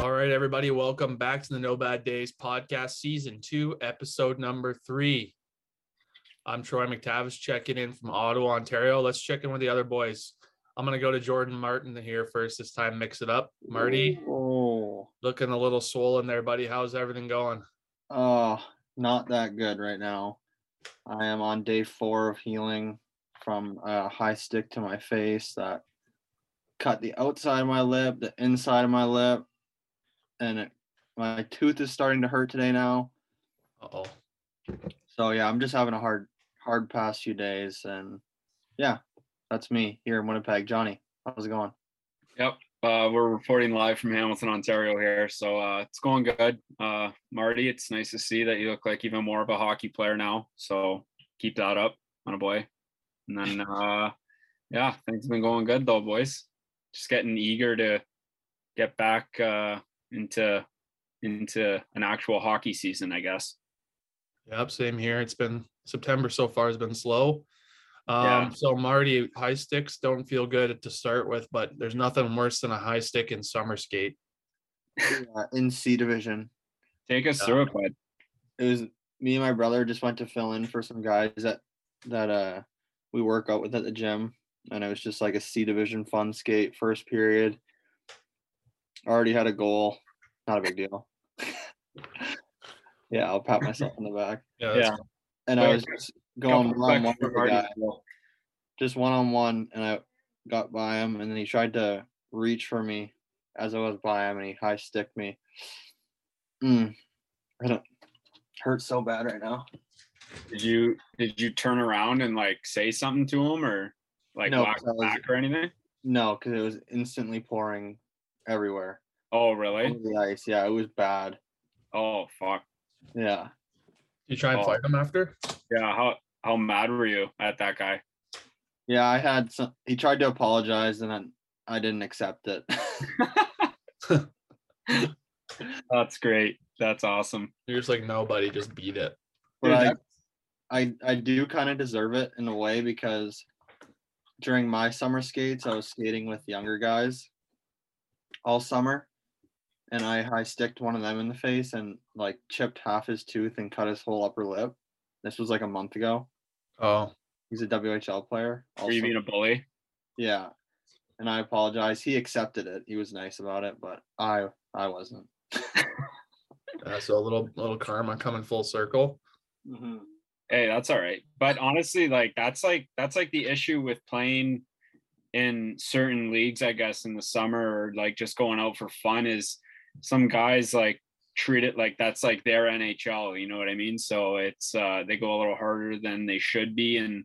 All right, everybody, welcome back to the No Bad Days podcast, season two, episode number three. I'm Troy McTavish checking in from Ottawa, Ontario. Let's check in with the other boys. I'm going to go to Jordan Martin here first this time, mix it up. Marty, Oh, looking a little swollen there, buddy. How's everything going? uh, not that good right now. I am on day four of healing from a high stick to my face that cut the outside of my lip, the inside of my lip, and it, my tooth is starting to hurt today now. Uh oh. So yeah, I'm just having a hard, hard past few days, and yeah, that's me here in Winnipeg. Johnny, how's it going? Uh, we're reporting live from Hamilton, Ontario here. So uh, it's going good. Uh, Marty, it's nice to see that you look like even more of a hockey player now. So keep that up, on a boy. And then, uh, yeah, things have been going good though, boys. Just getting eager to get back uh, into into an actual hockey season, I guess. Yep, same here. It's been September so far has been slow. Um, Yeah. So Marty, high sticks don't feel good to start with, but there's nothing worse than a high stick in summer skate. Yeah, in C division. Take us Yeah. through it, bud. it was me and my brother just went to fill in for some guys that that uh we work out with at the gym and it was just like a c division fun skate first period already had a goal not a big deal yeah i'll pat myself on the back Yeah, that's Yeah. and i Better was catch- just going Couple one on one questions with for the Marty guy as well. just one on one, and I got by him, and then he tried to reach for me as I was by him, and he high sticked me. Mm. I don't hurt so bad right now. Did you did you turn around and like say something to him or like No, walk 'cause I was- back or anything? No, because it was instantly pouring everywhere. Oh, Over really? the ice, yeah, it was bad. Oh, fuck. Yeah, You try and Oh. fight him after? Yeah, how how mad were you at that guy? yeah, I had some. He tried to apologize, and then I didn't accept it. That's great. That's awesome. You're just like, no, buddy, just beat it. but Dude, I, that- I, I do kind of deserve it in a way because during my summer skates, I was skating with younger guys all summer, and I high sticked one of them in the face and like chipped half his tooth and cut his whole upper lip. This was like a month ago. Oh, He's a WHL player. were you also. being a bully? Yeah. And I apologize. He accepted it. He was nice about it, but I I wasn't. uh, so a little little karma coming full circle. Hey, that's all right. But honestly, like that's like that's like the issue with playing in certain leagues, I guess, in the summer or like just going out for fun is some guys like treat it like that's like their NHL, you know what I mean? So it's uh they go a little harder than they should be and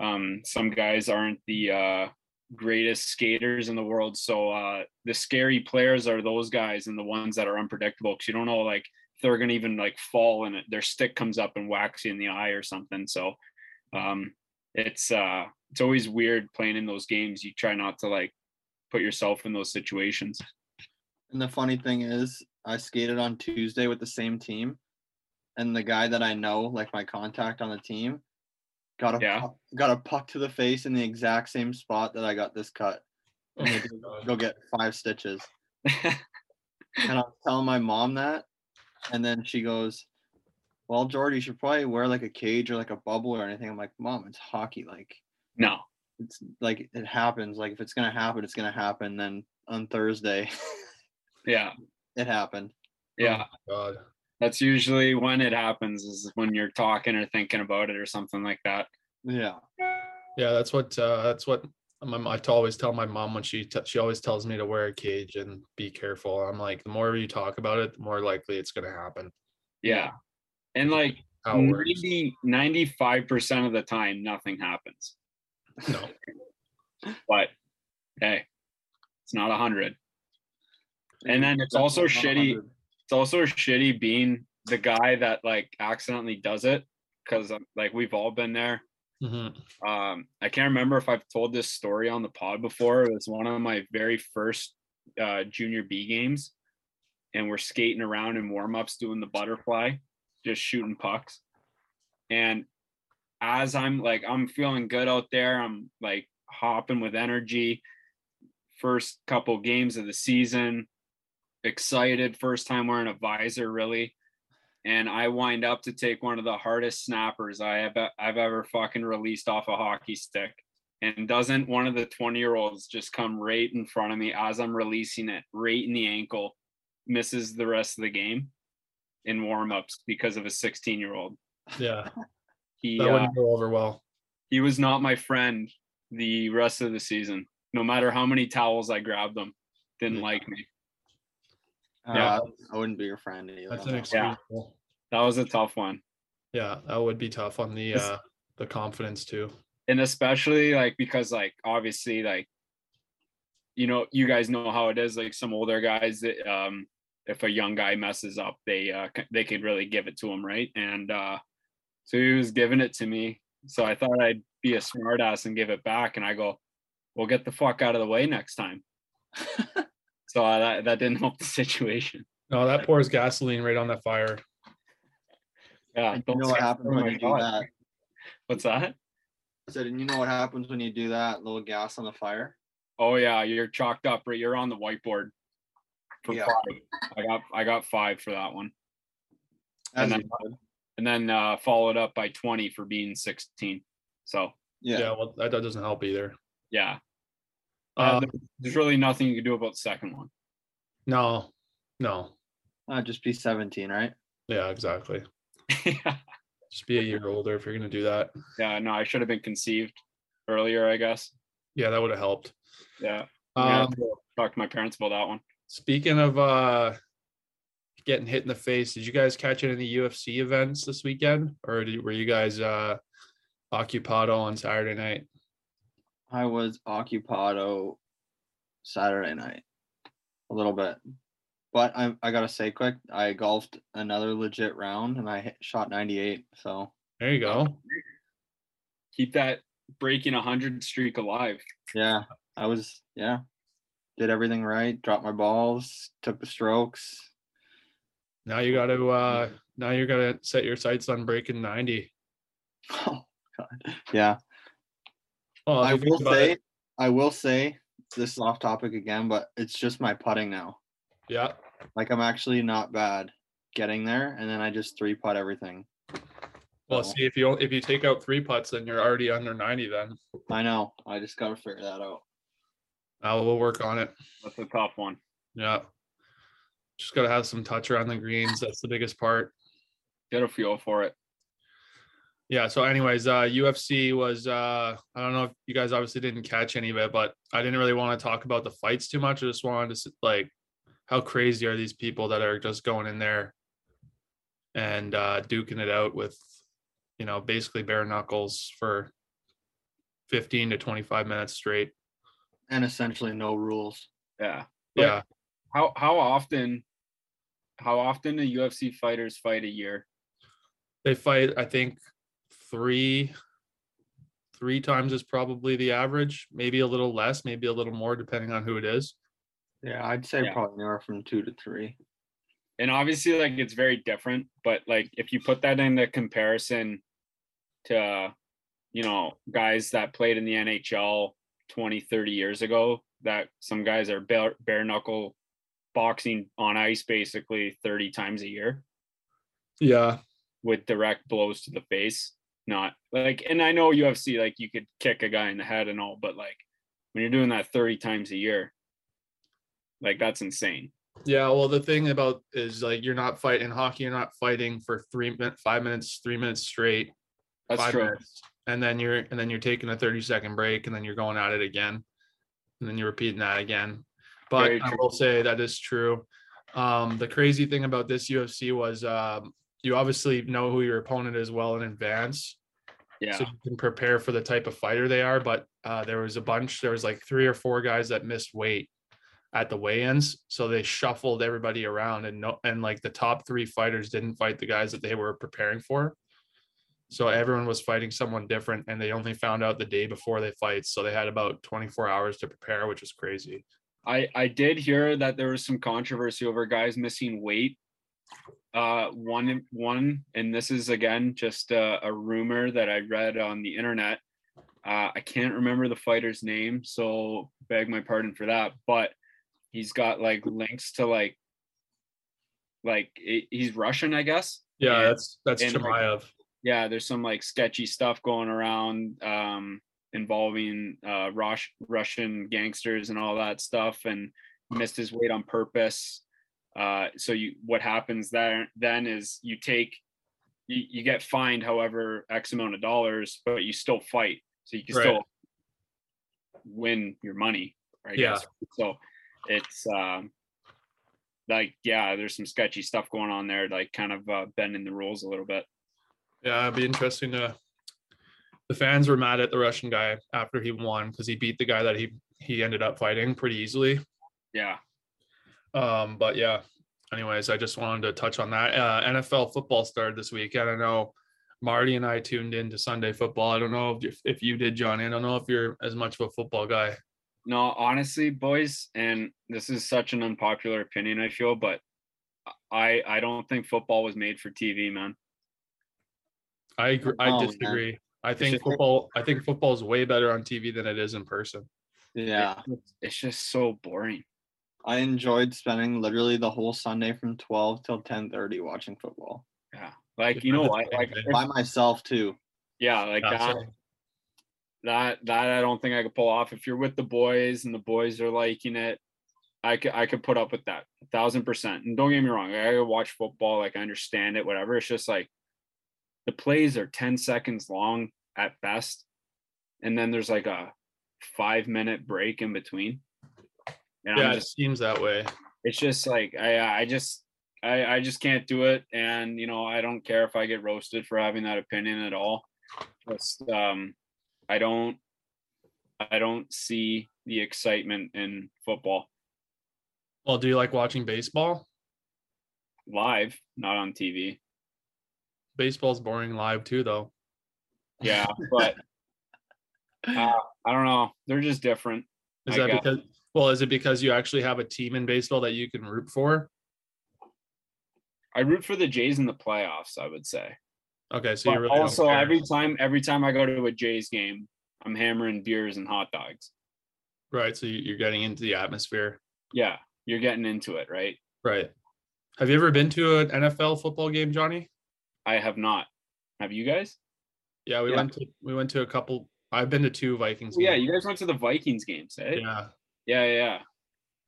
um some guys aren't the uh greatest skaters in the world. So uh the scary players are those guys and the ones that are unpredictable because you don't know like if they're gonna even like fall and their stick comes up and whacks you in the eye or something. So um it's uh it's always weird playing in those games. You try not to like put yourself in those situations. And the funny thing is, I skated on Tuesday with the same team, and the guy that I know, like my contact on the team, got a Yeah. puck, got a puck to the face in the exact same spot that I got this cut. Oh And my they didn't go get five stitches. And I was telling my mom that, and then she goes, "Well, Jordy, you should probably wear like a cage or like a bubble or anything." I'm like, "Mom, it's hockey. Like, no. it's like it happens. Like if it's gonna happen, it's gonna happen. Then on Thursday, Yeah. it happened. Yeah. God. That's usually when it happens is when you're talking or thinking about it or something like that. Yeah, Yeah, that's what uh, that's what I'm, I to always tell my mom when she t- she always tells me to wear a cage and be careful. I'm like, the more you talk about it, the more likely it's going to happen. Yeah. And like How it works? 90, 95% of the time, nothing happens. No. But hey, it's not 100. And then it's also Definitely not shitty. It's also shitty being the guy that like accidentally does it because like we've all been there. Mhm. um, I can't remember if I've told this story on the pod before. It was one of my very first uh, junior B games, and we're skating around in warm ups doing the butterfly, just shooting pucks. And as I'm like, I'm feeling good out there. I'm like hopping with energy. First couple games of the season, excited. First time wearing a visor, really and I wind up to take one of the hardest snappers I have I've ever fucking released off a hockey stick. And doesn't one of the 20 year olds just come right in front of me as I'm releasing it, right in the ankle, misses the rest of the game in warm ups because of a 16 year old. Yeah. He That uh, wouldn't go over well. he was not my friend the rest of the season. No matter how many towels I grabbed them, didn't Yeah. like me. good. Yeah. Uh, I wouldn't be your friend either. That's on that one. inexcusable. That was a tough one. Yeah. That would be tough on the, It's- uh, the confidence too. and especially like because like obviously like you know you guys know how it is like some older guys that um if a young guy messes up they uh c- they could really give it to him right and uh so he was giving it to me so i thought i'd be a smart ass and give it back and i go well get the fuck out of the way next time so I, that, that didn't help the situation No, that pours gasoline right on that fire. yeah And you don't know what say- happens oh when my you do God. that? what's that I said, and you know what happens when you do that? Little gas on the fire. oh yeah you're chalked up right you're on the whiteboard for Yeah. five i got i got five for that one As And you then- should. and then uh, followed up by 20 for being 16. So Yeah. Yeah. well, that, that doesn't help either. yeah, Uh, Uh, there's really nothing you can do about the second one. no, no. Uh, just be 17, right? Yeah, exactly. yeah. Just be a year older if you're going to do that. yeah, no, I should have been conceived earlier, I guess. Yeah. That would have helped. Yeah, yeah, Um, talk to my parents about that one. Speaking of uh getting hit in the face, did you guys catch any of the UFC events this weekend, or did, were you guys uh occupado on Saturday night? I was occupado Saturday night a little bit, but I I gotta say quick, I golfed another legit round and I hit, shot 98. So There you go. Keep that breaking 100 streak alive. yeah, I was yeah, did everything right. Dropped my balls, took the strokes. Now you got to uh now you're gonna set your sights on breaking ninety. Oh God, yeah. Well, if I you think will about say, it- I will say this is off topic again, but it's just my putting now. yeah, Like I'm actually not bad getting there, and then I just three putt everything. well, So, see if you if you take out three putts, then you're already under ninety. Then I know. I just gotta figure that out. I will work on it. That's a tough one. Yeah, just gotta have some touch around the greens. That's the biggest part. Get a feel for it. Yeah. So, anyways, uh, UFC was. Uh, I don't know if you guys obviously didn't catch any of it, but I didn't really want to talk about the fights too much. I just wanted to s- like, how crazy are these people that are just going in there and uh, duking it out with, you know, basically bare knuckles for fifteen to twenty-five minutes straight. and essentially no rules. Yeah. But- Yeah. How how often how often do UFC fighters fight a year? they fight i think three three times is probably the average maybe a little less maybe a little more depending on who it is Yeah, I'd say Yeah. probably anywhere from two to three. and obviously like it's very different but like if you put that into comparison to you know guys that played in the nhl 20 30 years ago that some guys are bare, bare knuckle boxing on ice basically 30 times a year yeah with direct blows to the face not like and i know ufc like you could kick a guy in the head and all but like when you're doing that 30 times a year like that's insane yeah well the thing about is like you're not fighting hockey you're not fighting for three minutes five minutes three minutes straight that's five true minutes and then you're and then you're taking a 30 second break and then you're going at it again and then you're repeating that again but Very i true. will say that is true um the crazy thing about this ufc was um you obviously know who your opponent is well in advance Yeah. so you can prepare for the type of fighter they are. But uh, there was a bunch, there was like three or four guys that missed weight at the weigh-ins, so they shuffled everybody around, and no, and like the top three fighters didn't fight the guys that they were preparing for. So everyone was fighting someone different, and they only found out the day before they fight. So they had about 24 hours to prepare, which is crazy. I I did hear that there was some controversy over guys missing weight. Uh, one one, and this is again just a, a rumor that I read on the internet. Uh, I can't remember the fighter's name, so beg my pardon for that. But he's got like links to like, like it, he's Russian, I guess. Yeah, Yeah. that's that's And, like, Chimaev. Yeah, there's some like sketchy stuff going around um, involving uh, Rosh- Russian gangsters and all that stuff, and missed his weight on purpose. Uh, so you, what happens there then is you take, you, you get fined, however x amount of dollars, but you still fight, so you can Right. still win your money. I Yeah. guess. So it's um, like yeah, there's some sketchy stuff going on there, like kind of uh, bending the rules a little bit. Yeah, it'd be interesting to. The fans were mad at the Russian guy after he won because he beat the guy that he he ended up fighting pretty easily. Yeah. Um, but yeah, anyways, I just wanted to touch on that. Uh, NFL football started this week. I don't know. Marty and I tuned into Sunday football. I don't know if, if you did, Johnny. I don't know if you're as much of a football guy. No, honestly, boys, and this is such an unpopular opinion, I feel, but I I don't think football was made for TV, man. I agree, Oh, I man. disagree. I should- think football. I think football is way better on TV than it is in person. Yeah. It's just so boring. I enjoyed spending literally the whole Sunday from 12 till 10:30 watching football Yeah. Like, It's you know not the what? same Like thing. if- by myself too. yeah, like Yeah, that so- that that I don't think I could pull off. If you're with the boys and the boys are liking it, I could I could put up with that a thousand percent. And don't get me wrong, I watch football, like I understand it, whatever. It's just like the plays are 10 seconds long at best, and then there's like a five minute break in between. And yeah, I'm it just seems that way. it's just like I I just I, I just can't do it. And you know, I don't care if I get roasted for having that opinion at all. Just um I don't I don't see the excitement in football Well, do you like watching baseball? live, not on TV. Baseball's boring live too, though. Yeah, but uh, I don't know. They're just different. Is I that guess. because? Well, is it because you actually have a team in baseball that you can root for? I root for the Jays in the playoffs, I would say. Okay, so you But really don't also care. every time every time I go to a Jays game, I'm hammering beers and hot dogs. Right. So you- you're getting into the atmosphere. Yeah, you're getting into it, right? Right. Have you ever been to an NFL football game, Johnny? I have not. Have you guys? Yeah, we Yeah. went to we went to a couple. I've been to two Vikings. Oh, Yeah, games. you guys went to the Vikings games, eh? yeah. Yeah, yeah. yeah.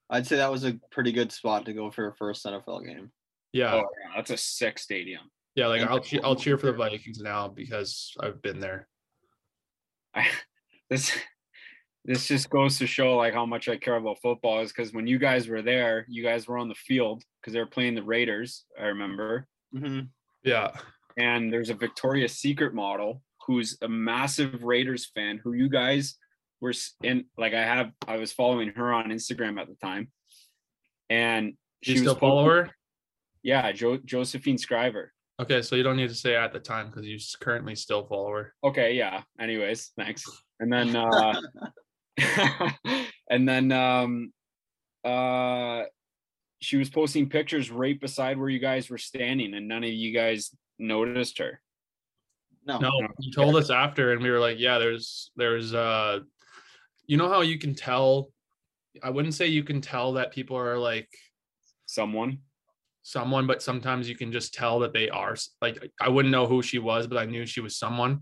I'd say that was a pretty good spot to go for your first NFL game. Yeah. Oh, yeah. That's a sick stadium. yeah, like and- I'll che- I'll cheer for the Vikings now because I've been there. I, this this just goes to show like how much I care about football is because when you guys were there, you guys were on the field because they were playing the Raiders, I remember. Mm-hmm. Yeah. And there's a Victoria's Secret model who's a massive Raiders fan who you guys were s- in like I have I was following her on Instagram at the time. And Do you was still posting- follow her? Yeah, jo- Josephine Scriver. Okay, so you don't need to say at the time because you s- currently still follow her. okay yeah anyways thanks and then uh and then um uh she was posting pictures right beside where you guys were standing and none of you guys noticed her No. No, no. you told us after, and we were like, yeah, there's there's uh, you know how you can tell. I wouldn't say you can tell that people are like someone someone, but sometimes you can just tell that they are s- like I wouldn't know who she was, but I knew she was someone.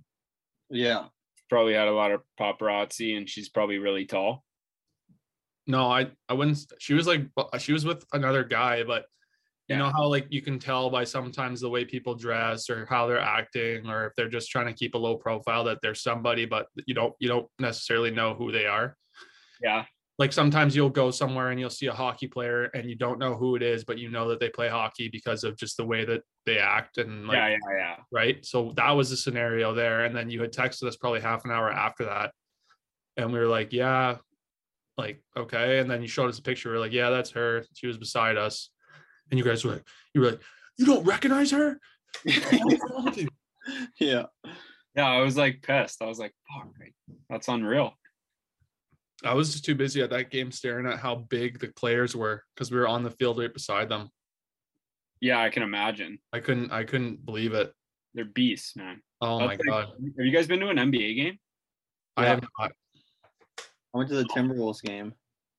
Yeah. probably had a lot of paparazzi and she's probably really tall No, I I wouldn't. s- She was like bu- she was with another guy, but You Yeah. know how like you can tell by sometimes the way people dress or how they're acting or if they're just trying to keep a low profile that they're somebody but you don't you don't necessarily know who they are. Yeah. Like sometimes you'll go somewhere and you'll see a hockey player and you don't know who it is but you know that they play hockey because of just the way that they act and like yeah. Yeah. Yeah. right? So that was the scenario there. And then you had texted us probably half an hour after that. And we were like, yeah, like, okay. And then you showed us a picture. We are like, yeah, that's her. She was beside us. And you guys were like, you were like, you don't recognize her? What's wrong with you?" yeah. Yeah, I was like pissed. I was like, fuck, like, that's unreal. I was just too busy at that game staring at how big the players were because we were on the field right beside them. Yeah, I can imagine. I couldn't, I couldn't believe it. They're beasts, man. Oh my That's like- God. Have you guys been to an NBA game? I Yeah. have not. I went to the Timberwolves game.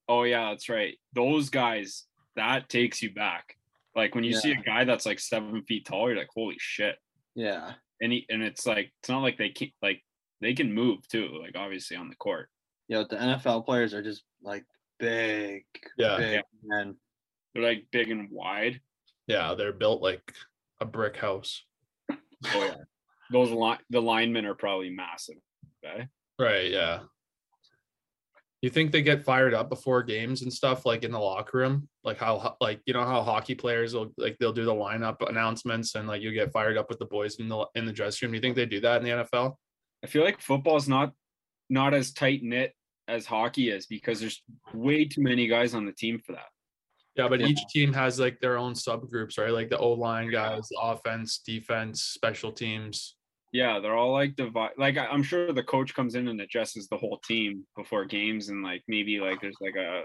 Oh yeah, that's right. Those guys, that takes you back. Like when you see a guy that's like seven feet tall, you're like, holy shit. Yeah. And he, and it's like it's not like they can't like they can move too, like obviously on the court. Yo, the NFL players are just like big, Yeah. big Yeah. men. They're like big and wide. Yeah. They're built like a brick house. Oh yeah. Those line the linemen are probably massive. Okay. Right, yeah. You think they get fired up before games and stuff, like in the locker room, like how ho- like you know how hockey players will like they'll do the lineup announcements and like you get fired up with the boys in the in the dressing room. You think they do that in the NFL? I feel like football's not not as tight knit as hockey is because there's way too many guys on the team for that. Yeah, but Yeah. each team has like their own subgroups, right? Like the O line guys, the offense, defense, special teams. Yeah, they're all like divide. Like I- I'm sure the coach comes in and adjusts the whole team before games, and like maybe like there's like a,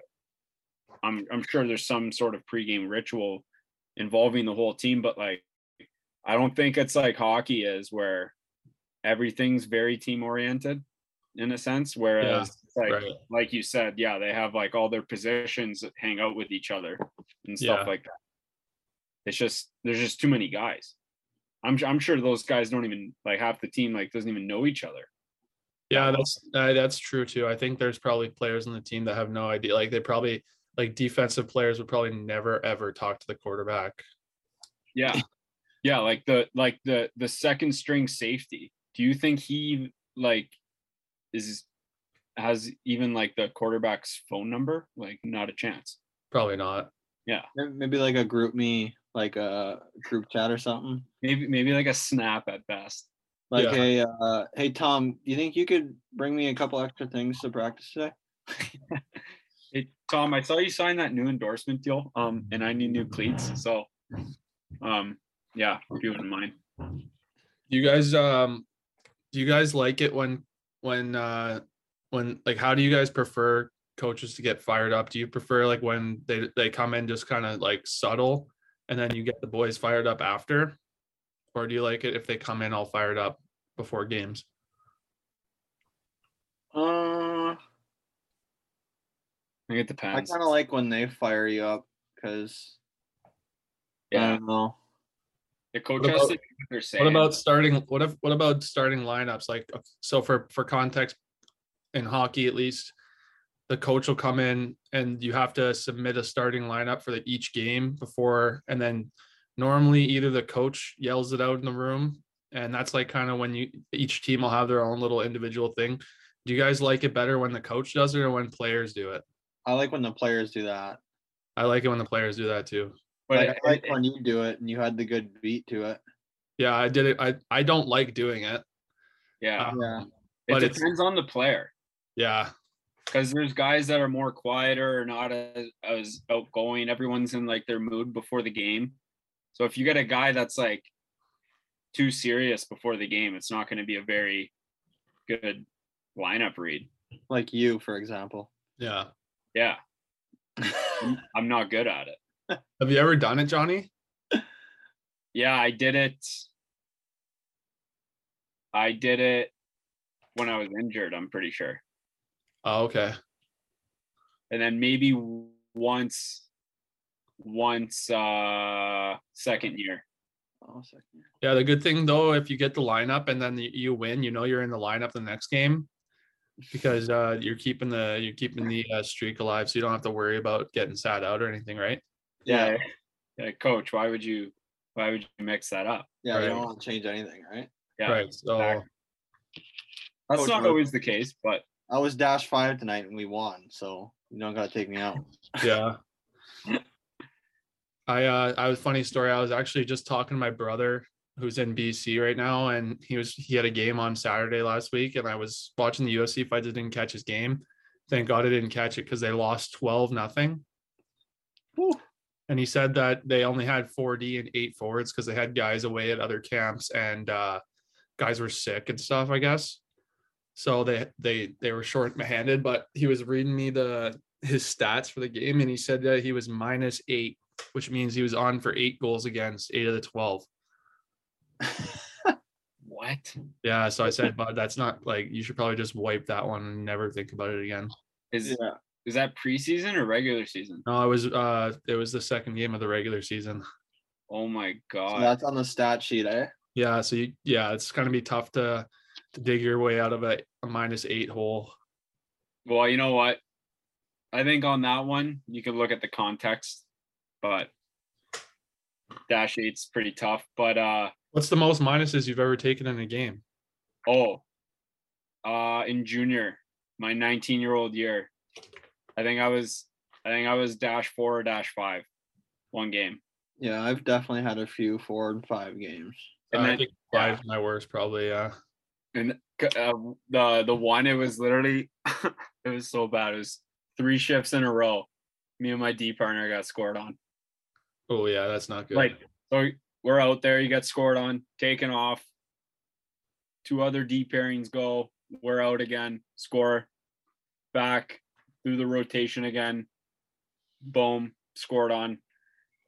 I'm I'm sure there's some sort of pregame ritual involving the whole team, but like I don't think it's like hockey is where everything's very team oriented in a sense. Whereas it's like right. like you said, yeah, they have like all their positions that hang out with each other and stuff Yeah. like that. It's just there's just too many guys. I'm I'm sure those guys don't even like half the team like doesn't even know each other. Yeah, that's uh, that's true too. I think there's probably players on the team that have no idea. Like they probably like defensive players would probably never ever talk to the quarterback. Yeah. Yeah, like the like the the second string safety. Do you think he like is has even like the quarterback's phone number? Like not a chance. Probably not. May- Maybe like a group me, like a group chat or something. Maybe maybe like a snap at best. Like, Yeah. hey, uh, hey Tom, you think you could bring me a couple extra things to practice today? Hey, Tom, I saw you sign that new endorsement deal. Um, and I need new cleats. So, um, yeah, if you wouldn't mind. Do you guys um do you guys like it when when uh when like how do you guys prefer coaches to get fired up? Do you prefer like when they they come in just kind of like subtle and then you get the boys fired up after? Or do you like it if they come in all fired up before games? Uh, I think it I depends. kind of like when they fire you up because I yeah. don't know. The coach What has to about- do what they're saying. What about starting what if what about starting lineups like uh, so for for context in hockey at least the coach will come in and you have to submit a starting lineup for the, each game before and then normally either the coach yells it out in the room and that's like kind of when you each team will have their own little individual thing do you guys like it better when the coach does it or when players do it I like when the players do that. i like it when the players do that too But like, it- I like it- when you do it and you had the good beat to it. yeah i did it i i don't like doing it yeah, um, Yeah. it but it's- depends on the player yeah because there's guys that are more quieter or not as, as outgoing. Everyone's in like their mood before the game. So if you get a guy that's like too serious before the game, it's not going to be a very good lineup read. Like you, for example. yeah Yeah. Mm-hmm. I'm- I'm not good at it. have you ever done it johnny Yeah, I did it. I did it when I was injured, I'm pretty sure. oh okay And then maybe w- once once uh second year. Oh, second. Yeah, the good thing though, if you get the lineup and then you- you win, you know you're in the lineup the next game because uh, you're keeping the you're keeping the uh, streak alive, so you don't have to worry about getting sat out or anything, right? Yeah. like, coach, why would you, why would you mix that up? Yeah, they Right. don't want to change anything, right? Yeah, right. So exactly. that's Coach not Ruth. always the case, but I was dash five tonight and we won, so you don't gotta take me out. yeah. I uh I was funny story. I was actually just talking to my brother who's in BC right now, and he was he had a game on Saturday last week, and I was watching the UFC fights. I didn't catch his game. Thank God I didn't catch it because they lost 12 nothing. And he said that they only had 4D and eight forwards because they had guys away at other camps and uh guys were sick and stuff, I guess. So they they they were short handed, but he was reading me the his stats for the game, and he said that he was minus eight, which means he was on for eight goals against eight of the twelve. what Yeah, so I said, but that's not like you should probably just wipe that one and never think about it again. is Yeah. is that preseason or regular season? No, I was uh it was the second game of the regular season. Oh my So god. that's on the stat sheet, eh? Yeah, so you yeah, it's gonna be tough to to dig your way out of a, a minus eight hole. Well, you know what? I think on that one, you can look at the context, but dash eight's pretty tough. But uh What's the most minuses you've ever taken in a game? oh uh in junior, my 19 year old year, I think I was I think I was dash four or dash five one game. Yeah, I've definitely had a few four and five games. And Uh, I then- think five's my worst, probably. Yeah. and uh, the the one it was literally it was so bad. It was three shifts in a row. Me and my D partner got scored on. Oh yeah, that's not good. Like so we're out there, you got scored on, taken off. Two other D pairings go. We're out again, score, back through the rotation again. Boom, scored on.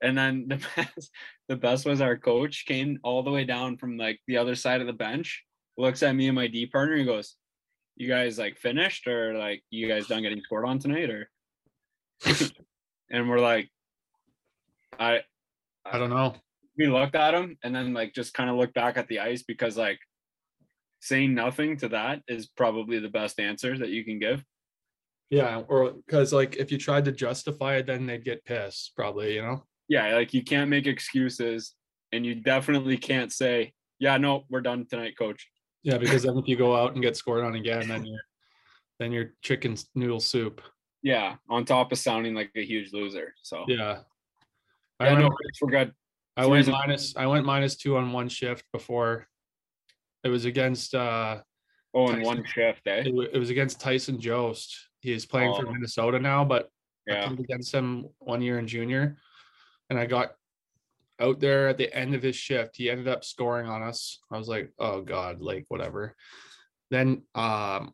And then the best the best was our coach came all the way down from like the other side of the bench, looks at me and my D partner and goes, You guys like finished or like you guys done getting scored on tonight or and we're like I I don't know. we looked at him and then like just kind of looked back at the ice because like saying nothing to that is probably the best answer that you can give. Yeah, or because like if you tried to justify it, then they'd get pissed, probably, you know? Yeah, like you can't make excuses and you definitely can't say, "Yeah, no, we're done tonight, coach." Yeah, because then if you go out and get scored on again, then you're then you're chicken s- noodle soup. Yeah, on top of sounding like a huge loser. So Yeah. I I know remember we're good. I it's went reason- minus I went minus two on one shift before it was against uh Oh, in Tyson. one shift, eh? it, wa- it was against Tyson Jost. He is playing for Oh. Minnesota now, but I Yeah. played against him one year in junior, and I got out there at the end of his shift. He ended up scoring on us. I was like, oh god, like whatever. Then um,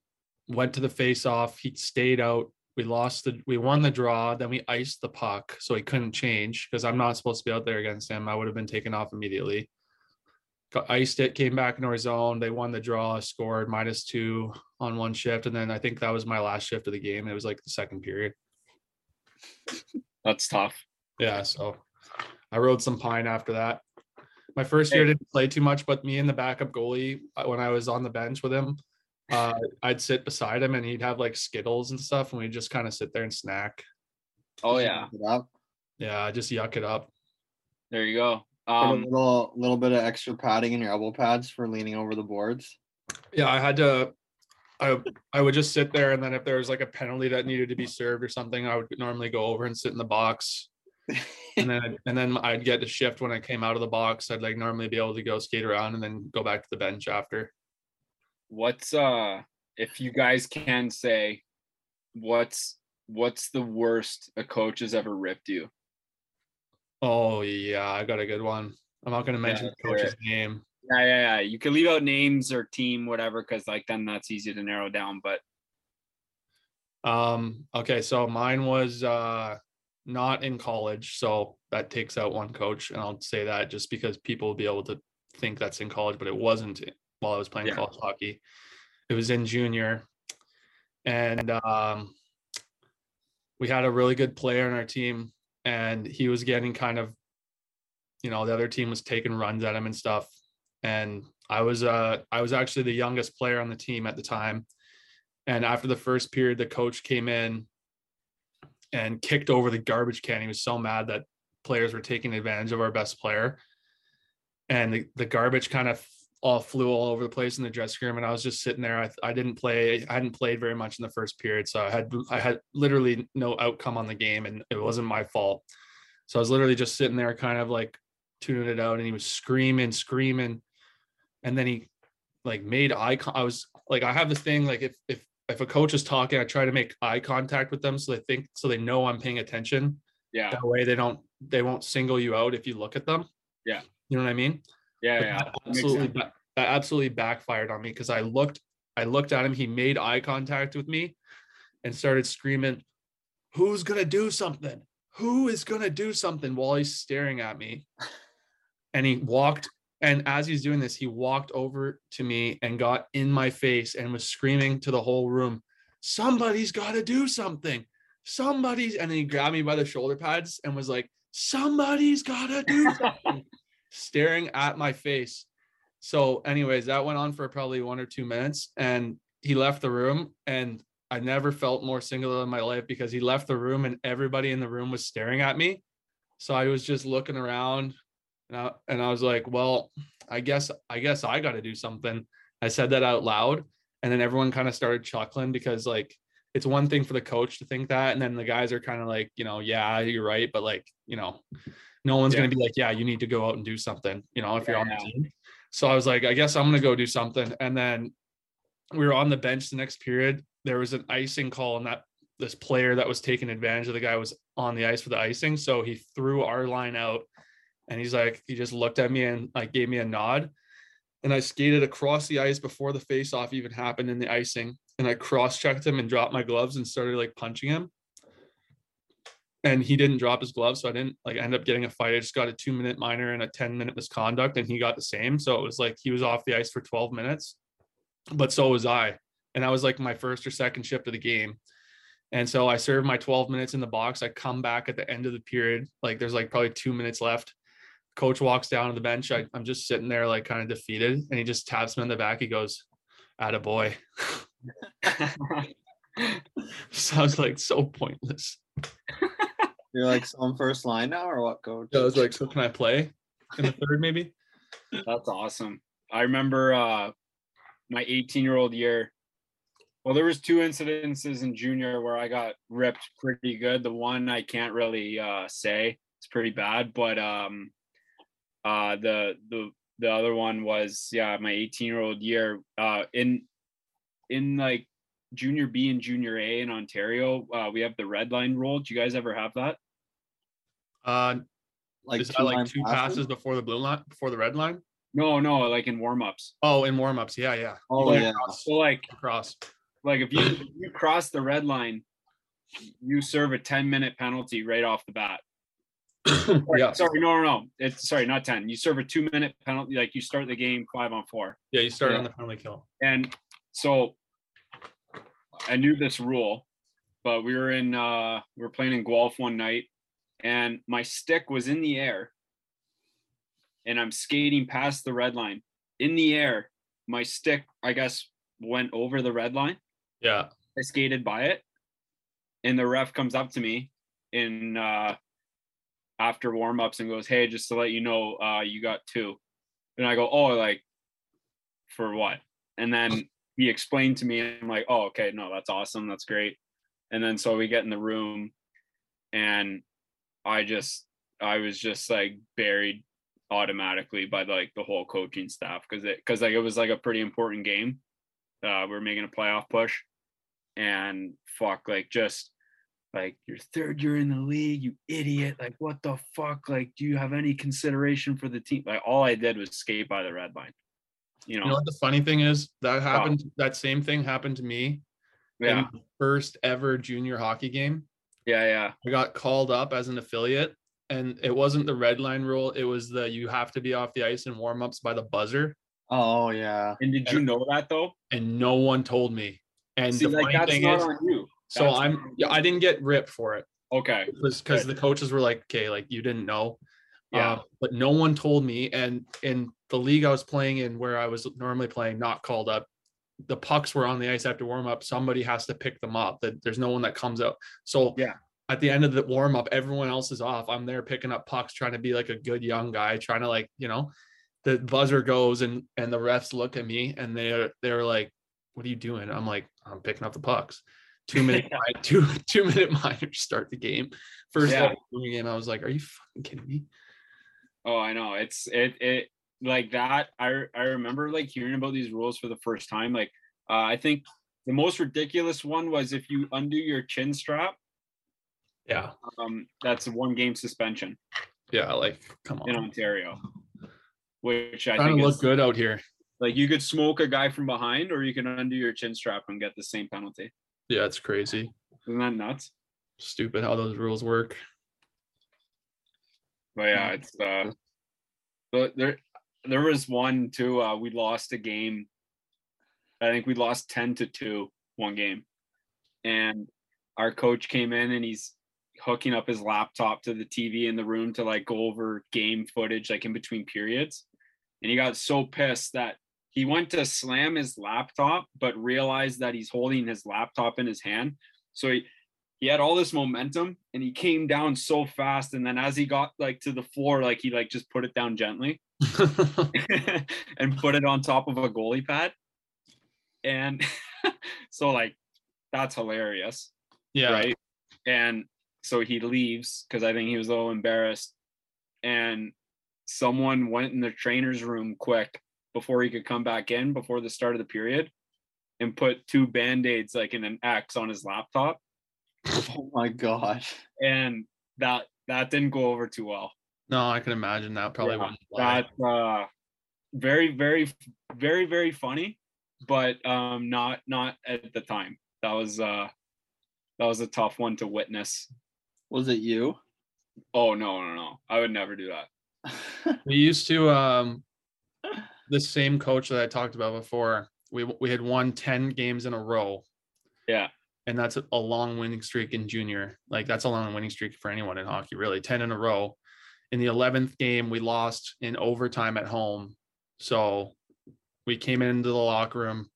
went to the face off. He stayed out. We lost the we won the draw. Then we iced the puck, so he couldn't change because I'm not supposed to be out there against him. I would have been taken off immediately. Got iced it, came back in our zone. They won the draw, scored minus two on one shift. And then I think that was my last shift of the game. It was like the second period. That's tough. Yeah, so I rode some pine after that. My first year Hey. didn't play too much, but me and the backup goalie, uh, when I was on the bench with him, uh, I'd sit beside him and he'd have like Skittles and stuff, and we'd just kind of sit there and snack. Oh Just yeah. look it up. Yeah, just yuck it up. There you go. Put a Um little little bit of extra padding in your elbow pads for leaning over the boards. Yeah, I had to. I I would just sit there, and then if there was like a penalty that needed to be served or something, I would normally go over and sit in the box, and then I'd- and then I'd get to shift when I came out of the box. I'd like normally be able to go skate around and then go back to the bench after. what's uh if you guys can say what's what's the worst a coach has ever ripped you Oh yeah, I got a good one. I'm not gonna mention let's the hear coach's name. yeah yeah yeah you can leave out names or team whatever because like then that's easy to narrow down but Um, okay, so mine was uh not in college, so that takes out one coach, and I'll say that just because people will be able to think that's in college, but it wasn't i- while I was playing Yeah. college hockey. It was in junior, and um, we had a really good player on our team, and he was getting kind of, you know, the other team was taking runs at him and stuff, and I was uh I was actually the youngest player on the team at the time. And after the first period, the coach came in and kicked over the garbage can. He was so mad that players were taking advantage of our best player. And the, the garbage kind of all flew all over the place in the dressing room. And I was just sitting there. I, I didn't play, I hadn't played very much in the first period. So I had, I had literally no outcome on the game and it wasn't my fault. So I was literally just sitting there kind of like tuning it out and he was screaming, screaming. And then he like made eye con- I was like, I have this thing, like if, if, if a coach is talking, I try to make eye contact with them so they think so they know I'm paying attention. Yeah. That way they don't they won't single you out if you look at them. Yeah. You know what I mean? Yeah. But yeah. that makes absolutely sense. ba- that absolutely backfired on me because I looked I looked at him, he made eye contact with me and started screaming, Who's gonna do something? Who is gonna do something while he's staring at me? And he walked, and as he's doing this, he walked over to me and got in my face and was screaming to the whole room, Somebody's gotta do something. Somebody's and then he grabbed me by the shoulder pads and was like, Somebody's gotta do something, staring at my face. So, anyways, that went on for probably one or two minutes, and he left the room. And I never felt more singular in my life because he left the room, and everybody in the room was staring at me. So I was just looking around, and I, and I was like, "Well, I guess I guess I got to do something." I said that out loud, and then everyone kind of started chuckling because like it's one thing for the coach to think that, and then the guys are kind of like, you know, yeah, you're right, but like, you know, no one's Yeah. gonna be like, yeah, you need to go out and do something, you know, if you're on the Yeah. team. So I was like, I guess I'm gonna go do something. And then we were on the bench the next period. There was an icing call, and that this player that was taking advantage of the guy was on the ice for the icing. So he threw our line out, and he's like, he just looked at me and like gave me a nod. And I skated across the ice before the face off even happened in the icing. And I cross checked him and dropped my gloves and started like punching him. And he didn't drop his gloves. So I didn't like end up getting a fight. I just got a two minute minor and a 10 minute misconduct. And he got the same. So it was like he was off the ice for 12 minutes, but so was I. And that was like my first or second shift of the game. And so I served my 12 minutes in the box. I come back at the end of the period. Like there's like probably two minutes left coach walks down to the bench. I, I'm just sitting there, like kind of defeated, and he just taps me on the back. He goes, "At a boy." Sounds like so pointless. You're like on first line now, or what, coach? I was like, "So can I play in the third, maybe?" That's awesome. I remember uh, my 18 year old year. Well, there was two incidences in junior where I got ripped pretty good. The one I can't really uh, say; it's pretty bad. But um, uh, the the the other one was yeah, my 18 year old year uh, in in like junior B and junior A in Ontario. Uh, we have the red line rule. Do you guys ever have that? Uh, like is that like line two passes? passes before the blue line, before the red line? No, no, like in warm ups. Oh, in warm ups, yeah, yeah, Oh yeah, So like across. like if you if you cross the red line you serve a 10 minute penalty right off the bat yeah, sorry no no no it's sorry not 10 you serve a two minute penalty like you start the game five on four yeah. You start Yeah. on the penalty kill. and so I knew this rule, but we were in uh we were playing in golf one night and my stick was in the air and I'm skating past the red line. In the air, my stick, I guess, went over the red line. Yeah, I skated by it, and the ref comes up to me in uh, after warmups and goes, "Hey, just to let you know, uh, you got two. And I go, "Oh, like for what?" And then he explained to me, and I'm like, "Oh, okay, no, that's awesome, that's great." And then so we get in the room, and I just I was just like buried automatically by like the whole coaching staff because it because like it was like a pretty important game. Uh, we are making a playoff push and fuck like just like your third year in the league you idiot like what the fuck like do you have any consideration for the team like all i did was skate by the red line you know, you know what the funny thing is that happened. That same thing happened to me yeah in the first ever junior hockey game. yeah yeah I got called up as an affiliate, and it wasn't the red line rule. It was the you have to be off the ice in warm ups by the buzzer, oh yeah. and did you know that though and no one told me. And see the like funny that's thing not is, on you so that's- I'm yeah, I didn't get ripped for it. okay It was because the coaches were like, "Okay, like you didn't know." yeah Uh, but no one told me, and in the league I was playing in, where I was normally playing, not called up. The pucks were on the ice after warm up. Somebody has to pick them up. That there's no one that comes out. So Yeah. at the end of the warm up, everyone else is off. I'm there picking up pucks, trying to be like a good young guy, trying to like, you know, the buzzer goes and and the refs look at me and they're they're like, "What are you doing?" I'm like, "I'm picking up the pucks." Two minute two two minute minors start the game. First Yeah. yeah. game, I was like, "Are you fucking kidding me?" Oh, I know. It's it it like that. I re- I remember like hearing about these rules for the first time. Like uh, I think the most ridiculous one was if you undo your chin strap, Yeah, um, that's a one game suspension yeah, like come on, in Ontario, which I trying think to is look good out here. like you could smoke a guy from behind, or you can undo your chin strap and get the same penalty. Yeah, it's crazy, Isn't that nuts? stupid how those rules work. But yeah, it's uh but there there was one too. Uh we lost a game. I think we lost 10 to 2 one game. And our coach came in and he's hooking up his laptop to the TV in the room to like go over game footage like in between periods. And he got so pissed that he went to slam his laptop, but realized that he's holding his laptop in his hand. So he he had all this momentum and he came down so fast and then as he got like to the floor like he like just put it down gently and put it on top of a goalie pad and so like that's hilarious yeah, right and so he leaves because i think he was a little embarrassed and someone went in the trainer's room quick before he could come back in before the start of the period and put two band-aids like in an x on his laptop Oh my god. and that that didn't go over too well. no, I can imagine that probably Yeah, wouldn't fly. That uh, very very very very funny, but um, not not at the time. That was uh, that was a tough one to witness. Was it you? Oh no no no! I would never do that. We used to um the same coach that I talked about before. We we had won 10 games in a row. Yeah. And that's a long winning streak in junior. Like that's a long winning streak for anyone in hockey, really. 10 in a row. In the 11th game, we lost in overtime at home. So we came into the locker room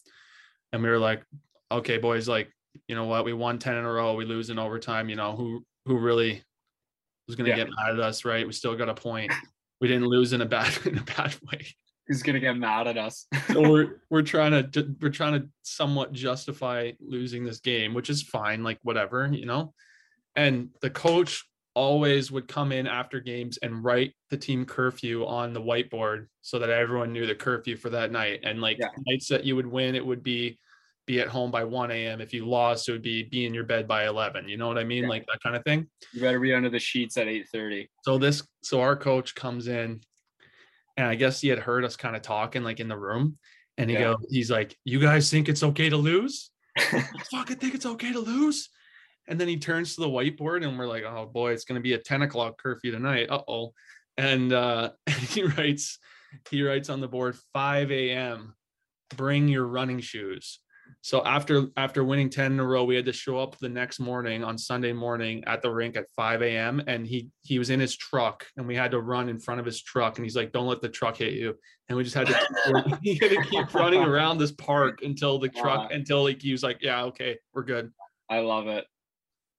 and we were like, okay, boys, like, you know what? We won 10 in a row. We lose in overtime. You know, who who really was gonna Yeah. get mad at us, right? We still got a point. We didn't lose in a bad in a bad way. He's gonna get mad at us. So we're we're trying to ju- we're trying to somewhat justify losing this game, which is fine, like whatever, you know. And the coach always would come in after games and write the team curfew on the whiteboard so that everyone knew the curfew for that night. And like Yeah. nights that you would win, it would be be at home by 1 a.m. If you lost, it would be be in your bed by 11. You know what I mean? Yeah. Like that kind of thing. you better be under the sheets at eight thirty. So this, so our coach comes in, and I guess he had heard us kind of talking like in the room, and he Yeah. goes, he's like, "You guys think it's okay to lose? I fucking think it's okay to lose." And then he turns to the whiteboard, and we're like, "Oh boy, it's gonna be a ten o'clock curfew tonight." Uh oh, and uh, he writes, he writes on the board, five a.m. Bring your running shoes. So after after winning 10 in a row, we had to show up the next morning on Sunday morning at the rink at 5 a.m. And he he was in his truck and we had to run in front of his truck. And he's like, Don't let the truck hit you. And we just had to keep, he had to keep running around this park until the truck until like he was like, Yeah, okay, we're good. I love it.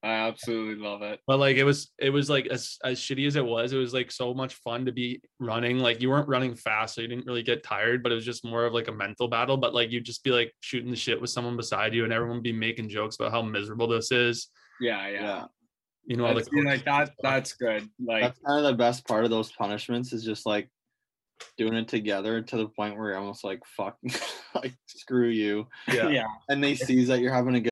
I absolutely love it. But like it was it was like as as shitty as it was, it was like so much fun to be running. Like you weren't running fast, so you didn't really get tired, but it was just more of like a mental battle. But like you'd just be like shooting the shit with someone beside you, and everyone would be making jokes about how miserable this is. Yeah yeah. Yeah. You know, all the That's- you know, coaches like that. and stuff. That's good. Like That's kind of the best part of those punishments is just like doing it together to the point where you're almost like fuck like screw you. yeah. yeah. And they sees that you're having a good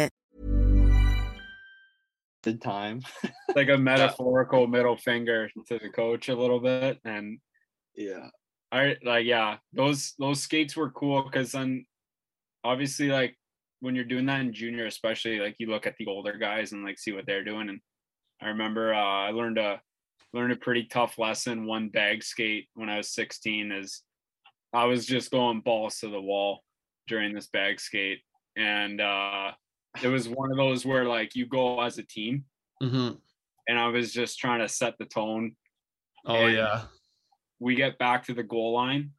the time. like a metaphorical middle finger to the coach a little bit and Yeah. I like yeah, those those skates were cool because then obviously like when you're doing that in junior, especially like you look at the older guys and like see what they're doing. And I remember uh, I learned a learned a pretty tough lesson one bag skate when I was 16 is I was just going balls to the wall during this bag skate. And uh it was one of those where like you go as a team Mhm. and I was just trying to set the tone Oh And- yeah. we get back to the goal line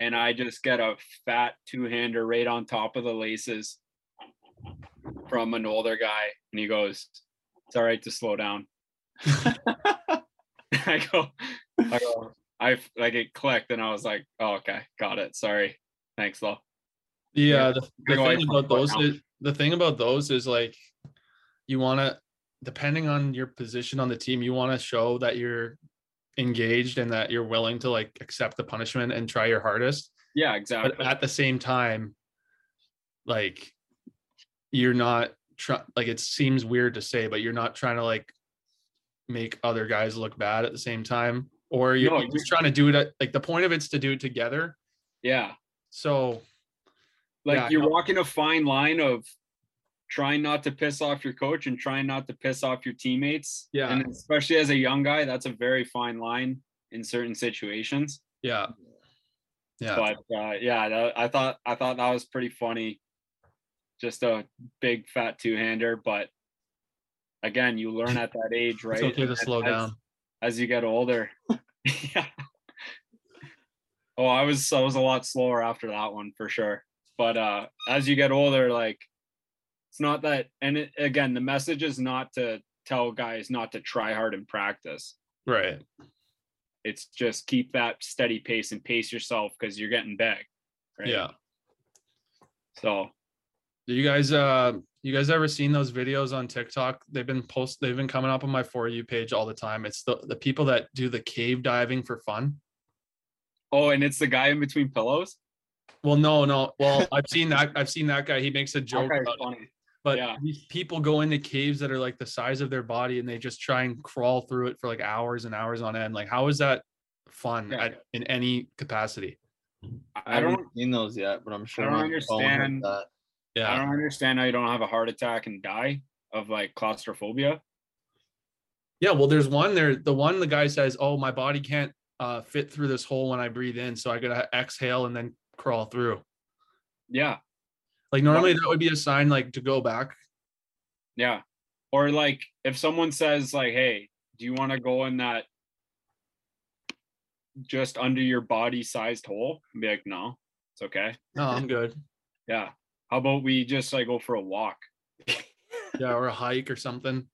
and I just get a fat two hander right on top of the laces from an older guy. And he goes, It's all right to slow down. I go, I go, I like it clicked and I was like, Oh, okay, got it. Sorry. Thanks, Lo. Yeah, Yeah. the, the Big eye thing about front those out. is, the thing about those is like you want to depending on your position on the team, you want to show that you're engaged and that you're willing to like accept the punishment and try your hardest. Yeah, exactly. But at the same time, like you're not trying like it seems weird to say, but you're not trying to like make other guys look bad at the same time. Or you're, No, you're you're- just trying to do it at, like the point of it's to do it together. Yeah. So Like Yeah, I you're know. walking a fine line of trying not to piss off your coach and trying not to piss off your teammates. Yeah. And especially as a young guy, that's a very fine line in certain situations. yeah. Yeah. But uh, yeah, that, I thought I thought that was pretty funny. Just a big fat two-hander, but again, you learn at that age, right? It's okay to As- slow as- down. as you get older. yeah. Oh, I was I was a lot slower after that one for sure. But uh as you get older, like it's not that and it, again, the message is not to tell guys not to try hard in practice. Right. It's just keep that steady pace and pace yourself because you're getting big. Right. Yeah. So Do you guys uh you guys ever seen those videos on TikTok? They've been post they've been coming up on my for you page all the time. It's the the people that do the cave diving for fun. oh, and it's the guy in between pillows. Well, no, no. Well, I've seen that I've seen that guy. He makes a That joke guy's about it. funny. But yeah. these people go into caves that are like the size of their body and they just try and crawl through it for like hours and hours on end. Like, how is that fun Yeah. at, in any capacity? I don't seen those yet, but I'm sure don't my phone has understand. that. I Yeah. don't understand how you don't have a heart attack and die of like claustrophobia. Yeah. Well, there's one there. The one the guy says, Oh, my body can't uh fit through this hole when I breathe in. So I gotta exhale and then crawl through. Yeah. Like normally that would be a sign like to go back. Yeah. Or like if someone says like, "Hey, do you want to go in that just under your body sized hole?" I'd be like, "No, it's okay." No, I'm good. Yeah. How about we just like go for a walk? Yeah, or a hike or something.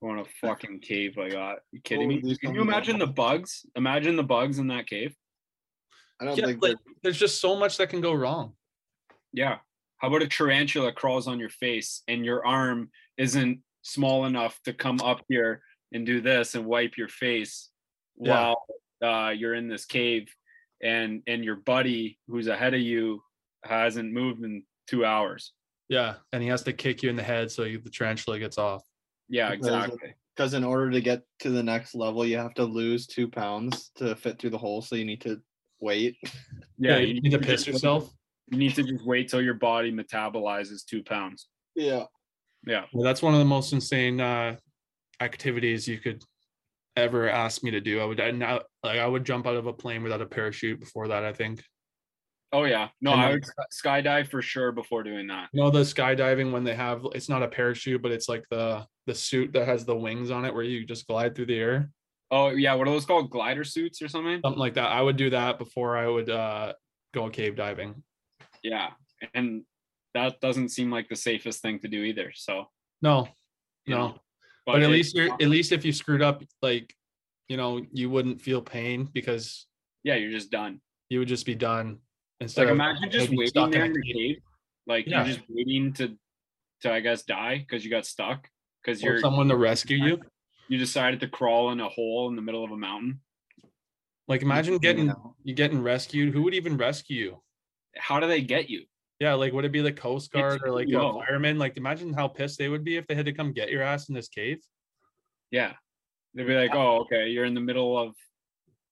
Go in a fucking cave like that? You kidding Totally me? Can you something imagine the bugs? Imagine the bugs in that cave. I don't Yeah, think like, there's just so much that can go wrong. Yeah. How about a tarantula crawls on your face and your arm isn't small enough to come up here and do this and wipe your face Yeah. while uh, you're in this cave and and your buddy who's ahead of you hasn't moved in two hours. Yeah. And he has to kick you in the head so you, the tarantula gets off. Yeah, Because of- exactly. because in order to get to the next level, you have to lose two pounds to fit through the hole. So you need to wait. Yeah, you need to piss just- yourself. You need to just wait till your body metabolizes two pounds. Yeah. Yeah. Well, that's one of the most insane uh, activities you could ever ask me to do. I would I now like I would jump out of a plane without a parachute before that. I think. Oh yeah. No, And I then- would sky- skydive for sure before doing that. You know the skydiving when they have it's not a parachute, but it's like the the suit that has the wings on it where you just glide through the air, Oh yeah, what are those called? Glider suits or something? something like that. I would do that before I would uh, go cave diving. Yeah. And that doesn't seem like the safest thing to do either. So No, you no. know, But at it- least you're at least if you screwed up, like you know, you wouldn't feel pain because yeah, you're just done. you would just be done. Instead Like of imagine just maybe waiting stuck there in in a the cave cave, like Yeah. you're just waiting to, to I guess die because you got stuck because for you're someone to rescue you. you decided to crawl in a hole in the middle of a mountain. Like imagine getting you getting rescued. Who would even rescue you? How do they get you? Yeah, like would it be the Coast Guard or like a yo. fireman? Like imagine how pissed they would be if they had to come get your ass in this cave. Yeah, they'd be like, oh, okay, you're in the middle of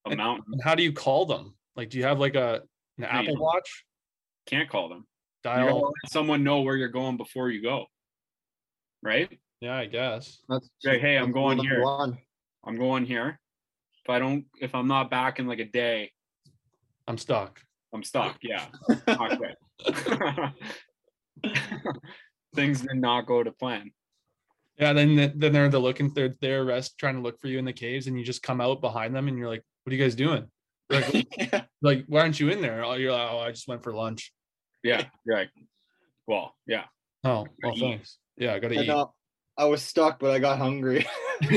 a And- mountain. And how do you call them? Like, do you have like a an Apple don't. Watch? Can't call them. You gotta Dial. let someone know where you're going before you go. Right? Yeah, I guess. That's Say, hey, I'm that's going number here. one. I'm going here. If I don't, if I'm not back in like a day, I'm stuck. I'm stuck. Yeah. Not good. Things did not go to plan. Yeah, then th- then they're the looking they're they're rest trying to look for you in the caves, and you just come out behind them, and you're like, "What are you guys doing? Like, Yeah. like why aren't you in there?" Oh, you're like, "Oh, I just went for lunch." Yeah. You're like, well, yeah. Oh, well, eat. thanks. Yeah, I gotta I, eat. know. uh, I was stuck, but I got hungry.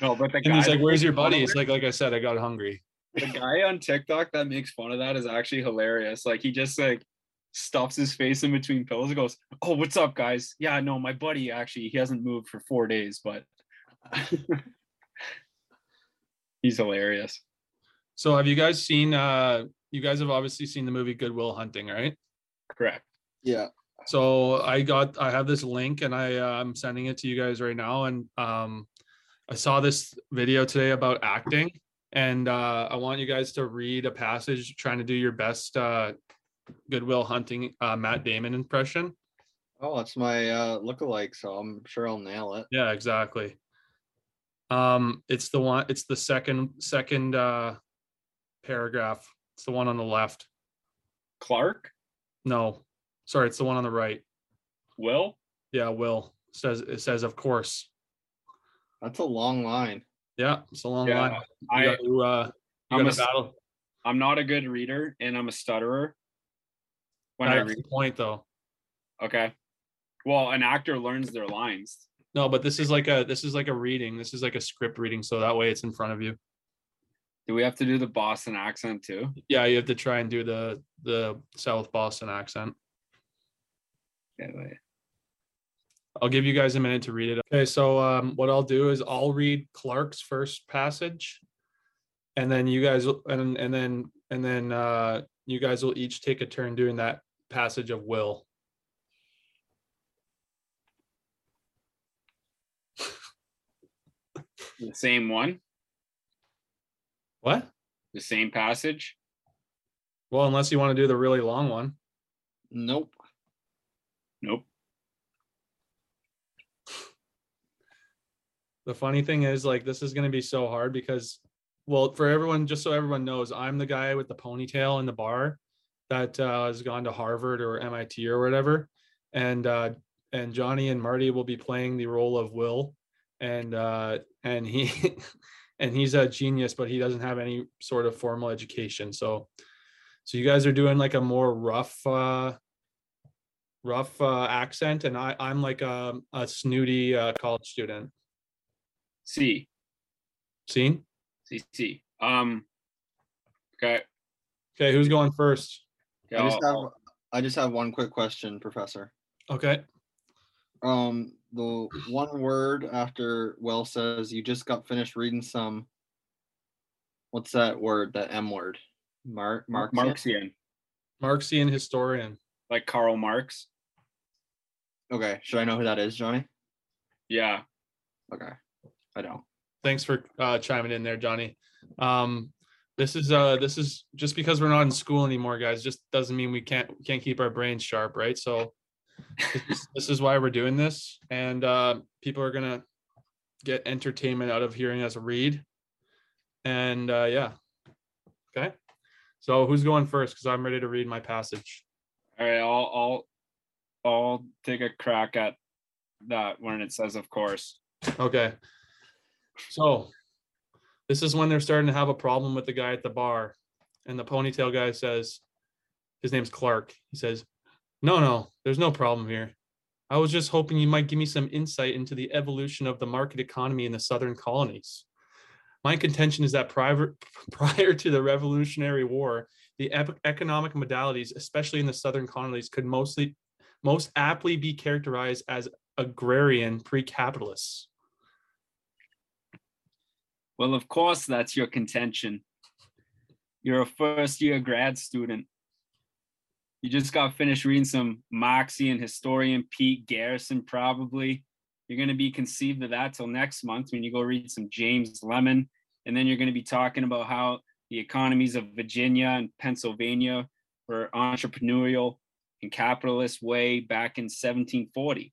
No, but the And guy, he's like, "Where's your fun buddy?" of It's like, like I said, I got hungry. the guy on TikTok that makes fun of that is actually hilarious. Like he just like stuffs his face in between pillows and goes, Oh, what's up, guys? Yeah, no, my buddy actually he hasn't moved for four days, but he's hilarious. So, have you guys seen? uh You guys have obviously seen the movie Goodwill Hunting, right? Correct. yeah. So I got I have this link and I uh, I'm sending it to you guys right now and um I saw this video today about acting and uh I want you guys to read a passage trying to do your best uh Goodwill Hunting uh Matt Damon impression. Oh, it's my uh, lookalike, so I'm sure I'll nail it. Yeah, exactly. Um it's the one it's the second second uh paragraph. It's the one on the left. Clark, No. Sorry, it's the one on the right. Will, Yeah, Will says it says of course. That's a long line. Yeah, it's a long Yeah, line. You I, got to, uh, you I'm got a to s- battle. I'm not a good reader and I'm a stutterer. When I That's read, the point, though. okay. Well, an actor learns their lines. No, but this is like a this is like a reading. This is like a script reading, so that way it's in front of you. Do we have to do the Boston accent too? Yeah, you have to try and do the the South Boston accent. Yeah, like- I'll give you guys a minute to read it. Okay, so um, what I'll do is I'll read Clark's first passage, and then you guys will- and and then and then uh, you guys will each take a turn doing that passage of Will. The same one, What? the same passage. Well, unless you want to do the really long one. Nope. Nope. the funny thing is like this is going to be so hard because well for everyone just so everyone knows i'm the guy with the ponytail in the bar that uh, has gone to harvard or mit or whatever and uh, and johnny and marty will be playing the role of will and uh, and he and he's a genius but he doesn't have any sort of formal education so so you guys are doing like a more rough uh rough uh accent and i i'm like a, a snooty uh, college student C. seen C. C. Um. Okay. Okay, who's going first? I just have I'll- I just have one quick question, Professor. Okay. Um, the one word after Will says you just got finished reading some. What's that word? That M word. Mark. Mark. Marxian, Marxian historian. like Karl Marx. Okay. Should I know who that is, Johnny? Yeah. Okay. I don't. Thanks for uh, chiming in there, Johnny. Um, this is uh this is just because we're not in school anymore, guys, just doesn't mean we can't can't keep our brains sharp, right? So this is, this is why we're doing this. And uh people are gonna get entertainment out of hearing us read. And uh yeah. Okay. So who's going first? Because I'm ready to read my passage. All right. I'll I'll I'll take a crack at that when it says, of course. Okay. So this is when they're starting to have a problem with the guy at the bar. And the ponytail guy says, his name's Clark. He says, No, no, there's no problem here. I was just hoping you might give me some insight into the evolution of the market economy in the southern colonies. My contention is that prior, prior to the Revolutionary War, the ep- economic modalities, especially in the southern colonies, could mostly most aptly be characterized as agrarian pre-capitalists. Well, of course, that's your contention. You're a first year grad student. You just got finished reading some Moxie and historian Pete Garrison, probably. You're going to be conceived of that till next month when you go read some James Lemon. And then you're going to be talking about how the economies of Virginia and Pennsylvania were entrepreneurial and capitalist way back in 1740.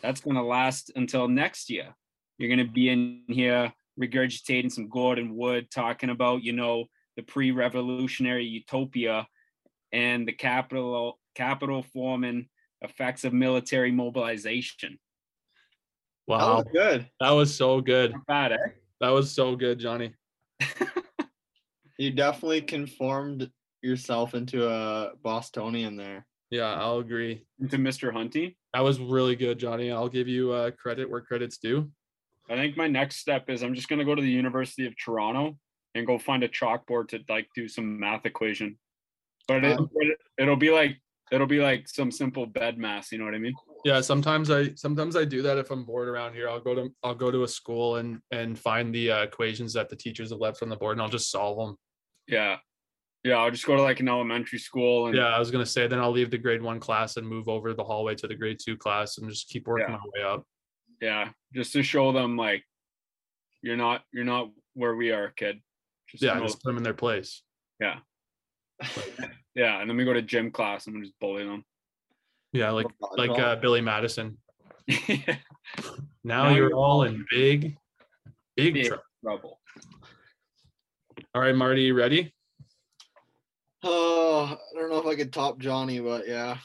That's going to last until next year. You're going to be in here regurgitating some Gordon Wood, talking about, you know, the pre-revolutionary utopia and the capital capital forming effects of military mobilization. Wow. That was good. That was so good. Not bad, eh? That was so good, Johnny. You definitely conformed yourself into a Bostonian there. Yeah, I'll agree. To Mr. Hunting. That was really good, Johnny. I'll give you uh, credit where credit's due. I think my next step is I'm just going to go to the University of Toronto and go find a chalkboard to like do some math equation. But it, Um, it- it'll be like it'll be like some simple bed mass. You know what I mean? Yeah, sometimes I sometimes I do that if I'm bored around here. I'll go to I'll go to a school and and find the uh, equations that the teachers have left on the board and I'll just solve them. Yeah, yeah. I'll just go to like an elementary school and Yeah, I was gonna say then I'll leave the grade one class and move over the hallway to the grade two class and just keep working Yeah. my way up. yeah, just to show them like you're not you're not where we are, kid. Just Yeah, know- just put them in their place. yeah. And then we go to gym class and we just bully them. Yeah, like like uh, Billy Madison. Now, Now you're you're all in big, big Big. trouble. Trouble. All right, Marty, you ready? oh, I don't know if I could top Johnny, but yeah.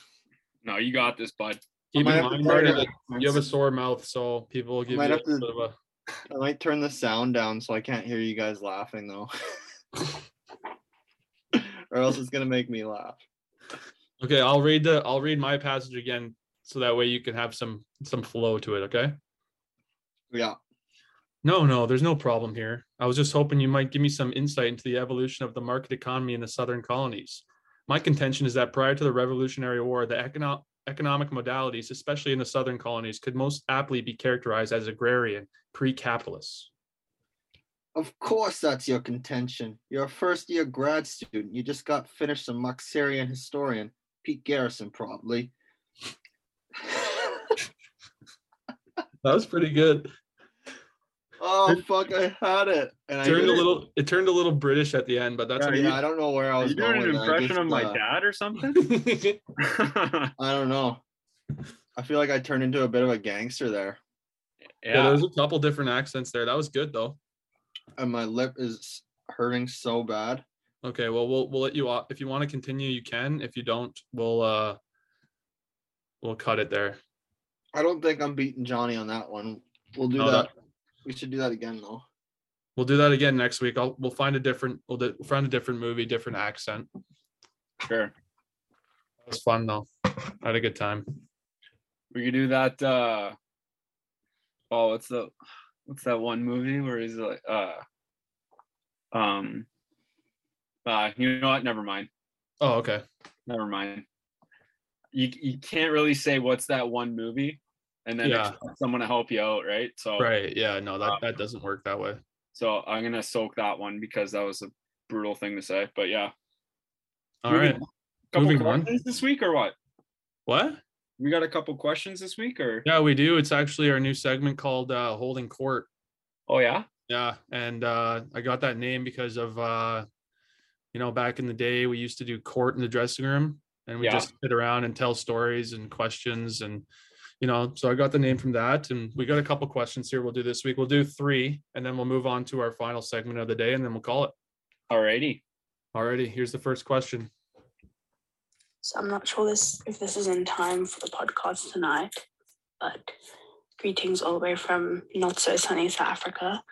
No, you got this, bud. I Keep might in have to mind, turn Marty, it- that you have a sore mouth, so people will give you a might have little to- bit of a. I might turn the sound down so I can't hear you guys laughing though. or else it's gonna make me laugh. Okay, I'll read the I'll read my passage again, so that way you can have some some flow to it. Okay. Yeah. No, no, there's no problem here. I was just hoping you might give me some insight into the evolution of the market economy in the southern colonies. My contention is that prior to the Revolutionary War, the econo- economic modalities, especially in the southern colonies, could most aptly be characterized as agrarian, pre capitalist. Of course that's your contention. You're a first year grad student. You just got finished some Moxerian historian, Pete Garrison probably. That was pretty good. oh fuck, I had it. And I Turned a just- little it turned a little British at the end, but that's Yeah, okay. yeah, I don't know where I Are was you going. doing an with that. I impression just, of my uh, dad or something? yeah, I don't know. I feel like I turned into a bit of a gangster there. yeah, there's a couple different accents there. That was good though. And my lip is hurting so bad. Okay, well we'll we'll let you off. If you want to continue, you can. If you don't, we'll uh we'll cut it there. I don't think I'm beating Johnny on that one. We'll do No, that. We should do that again though. We'll do that again next week. I'll we'll find a different we'll, do, find a different movie, different accent. sure. It was fun though. I had a good time. We could do that. Uh, oh, what's the what's that one movie where he's like, uh, um, uh, you know what? Never mind. Oh, okay. Never mind. You you can't really say what's that one movie, and then Yeah. expect someone to help you out, right? So Right. Yeah, no, that that doesn't work that way. so I'm gonna soak that one because that was a brutal thing to say. But yeah, All right. couple Moving on. questions this week or what? What? We got a couple questions this week or Yeah, we do. It's actually our new segment called uh Holding Court. oh yeah. Yeah, and uh, I got that name because of uh, you know back in the day we used to do court in the dressing room, and we Yeah. just sit around and tell stories and questions, and you know, so I got the name from that. And we got a couple questions here. We'll do this week. We'll do three, and then we'll move on to our final segment of the day, and then we'll call it. Alrighty. Alrighty, here's the first question. So I'm not sure this if this is in time for the podcast tonight, but greetings all the way from not so sunny South Africa.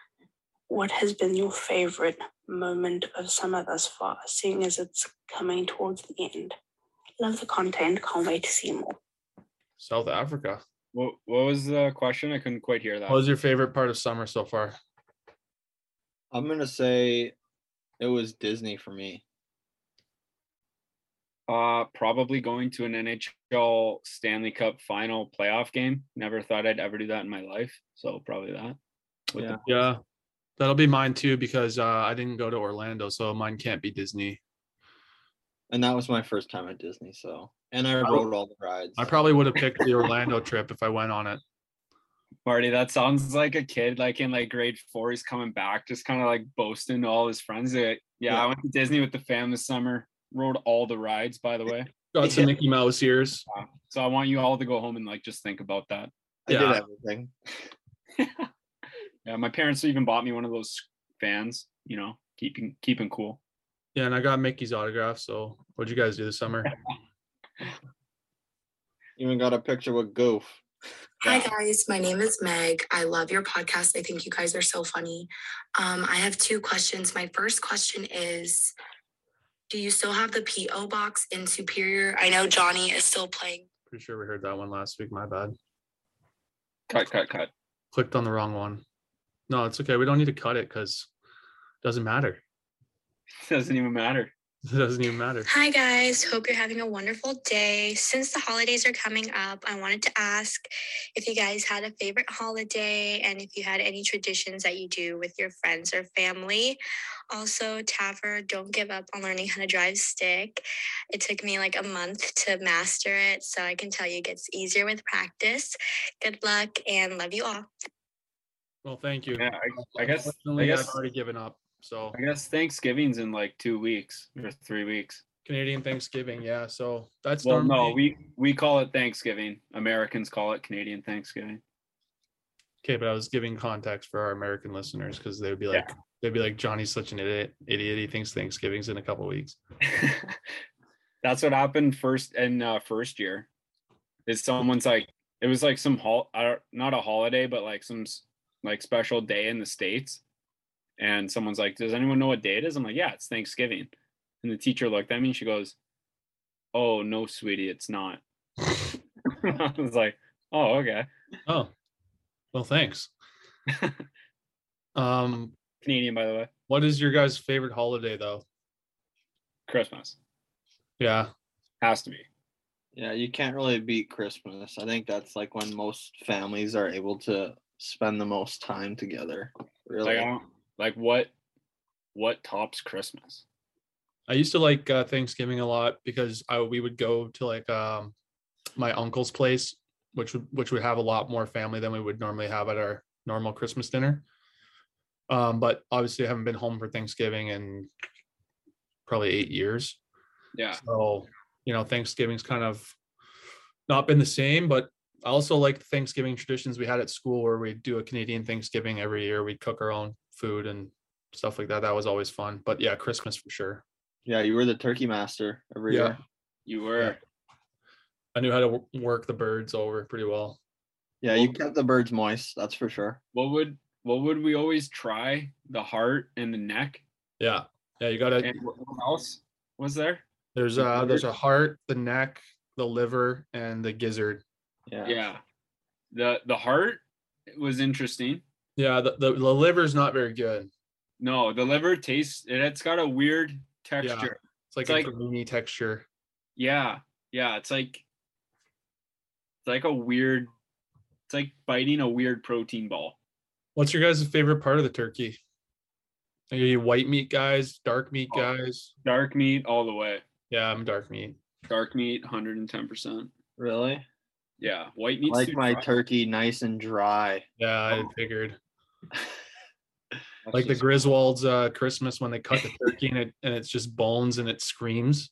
What has been your favorite moment of summer thus far, seeing as it's coming towards the end? Love the content, can't wait to see more. South Africa. What, what was the question? I couldn't quite hear that. What was your favorite part of summer so far? I'm gonna say it was Disney for me. Uh, probably going to an NHL Stanley Cup final playoff game. Never thought I'd ever do that in my life. So probably that. With Yeah. Yeah, that'll be mine too because uh, I didn't go to Orlando, so mine can't be Disney. And that was my first time at Disney, so and I I- rode all the rides. I probably would have picked the Orlando trip if I went on it. Marty, that sounds like a kid like in like grade four. He's coming back, just kind of like boasting to all his friends. That, yeah, Yeah. I went to Disney with the fam this summer. Rode all the rides, by the way. Got some Mickey Mouse ears. So I want you all to go home and like just think about that. I did yeah. everything. Yeah, my parents even bought me one of those fans. You know, keeping keeping cool. Yeah, and I got Mickey's autograph. So, what'd you guys do this summer? Even got a picture with Goof. Hi guys, my name is Meg. I love your podcast. I think you guys are so funny. Um, I have two questions. My first question is Do you still have the PO box in Superior? I know Johnny is still playing. Pretty sure we heard that one last week. My bad. Cut, cut, cut. Clicked on the wrong one. No, it's okay. We don't need to cut it because it doesn't matter. Doesn't even matter. It doesn't even matter. Hi, guys. Hope you're having a wonderful day. Since the holidays are coming up, I wanted to ask if you guys had a favorite holiday and if you had any traditions that you do with your friends or family. Also, Taffer, don't give up on learning how to drive stick. It took me like a month to master it, so I can tell you it gets easier with practice. Good luck and love you all. Well, thank you. Yeah, I, I guess. I Unfortunately, I've guess. already given up. So, I guess Thanksgiving's in like two weeks or three weeks. Canadian Thanksgiving. Yeah. So, that's Well, no, normally- we we call it Thanksgiving. Americans call it Canadian Thanksgiving. Okay, but I was giving context for our American listeners because they would be Yeah. like, they'd be like, Johnny's such an idiot. Idiot. He thinks Thanksgiving's in a couple weeks. That's what happened first in uh, first year. Is someone's like it was like some hol I don't- not a holiday but like some s- like special day in the states, and someone's like, "Does anyone know what day it is?" I'm like, "Yeah, it's Thanksgiving," and the teacher looked at me and she goes, "Oh no, sweetie, it's not." I was like, "Oh okay." Oh, well, thanks. um, Canadian, by the way, what is your guys' favorite holiday though? Christmas Yeah, has to be. Yeah, you can't really beat Christmas. I think that's like when most families are able to spend the most time together. Really. Like, I don't, like what what tops Christmas? I used to like uh, Thanksgiving a lot because I we would go to like um my uncle's place, which would which would have a lot more family than we would normally have at our normal Christmas dinner. Um, but obviously, I haven't been home for Thanksgiving in probably eight years. Yeah. So, you know, Thanksgiving's kind of not been the same, but I also like the Thanksgiving traditions we had at school where we do a Canadian Thanksgiving every year. We'd cook our own food and stuff like that. That was always fun. But yeah, Christmas for sure. yeah, you were the turkey master every Yeah. year. You were I knew how to w- work the birds over pretty well. Yeah, you kept the birds moist, that's for sure. what would what would we always try? The heart and the neck. Yeah. Yeah, you gotta And what what else was there? there's uh there's a heart, the neck, the liver, and the gizzard. Yeah. Yeah. The the heart was interesting. Yeah, the, the, the liver's not very good. No, the liver tastes it, it's got a weird texture. It's like It's a like- grainy texture. Yeah. Yeah. It's like it's like a weird it's like biting a weird protein ball. What's your guys' favorite part of the turkey? Are you white meat guys, dark meat Oh. guys? Dark meat all the way. Yeah, I'm dark meat. Dark meat, 110%. Really? Yeah. White meat like my turkey nice and dry. Yeah, I Oh. figured. Like the Griswolds uh Christmas when they cut the turkey and it and it's just bones and it screams.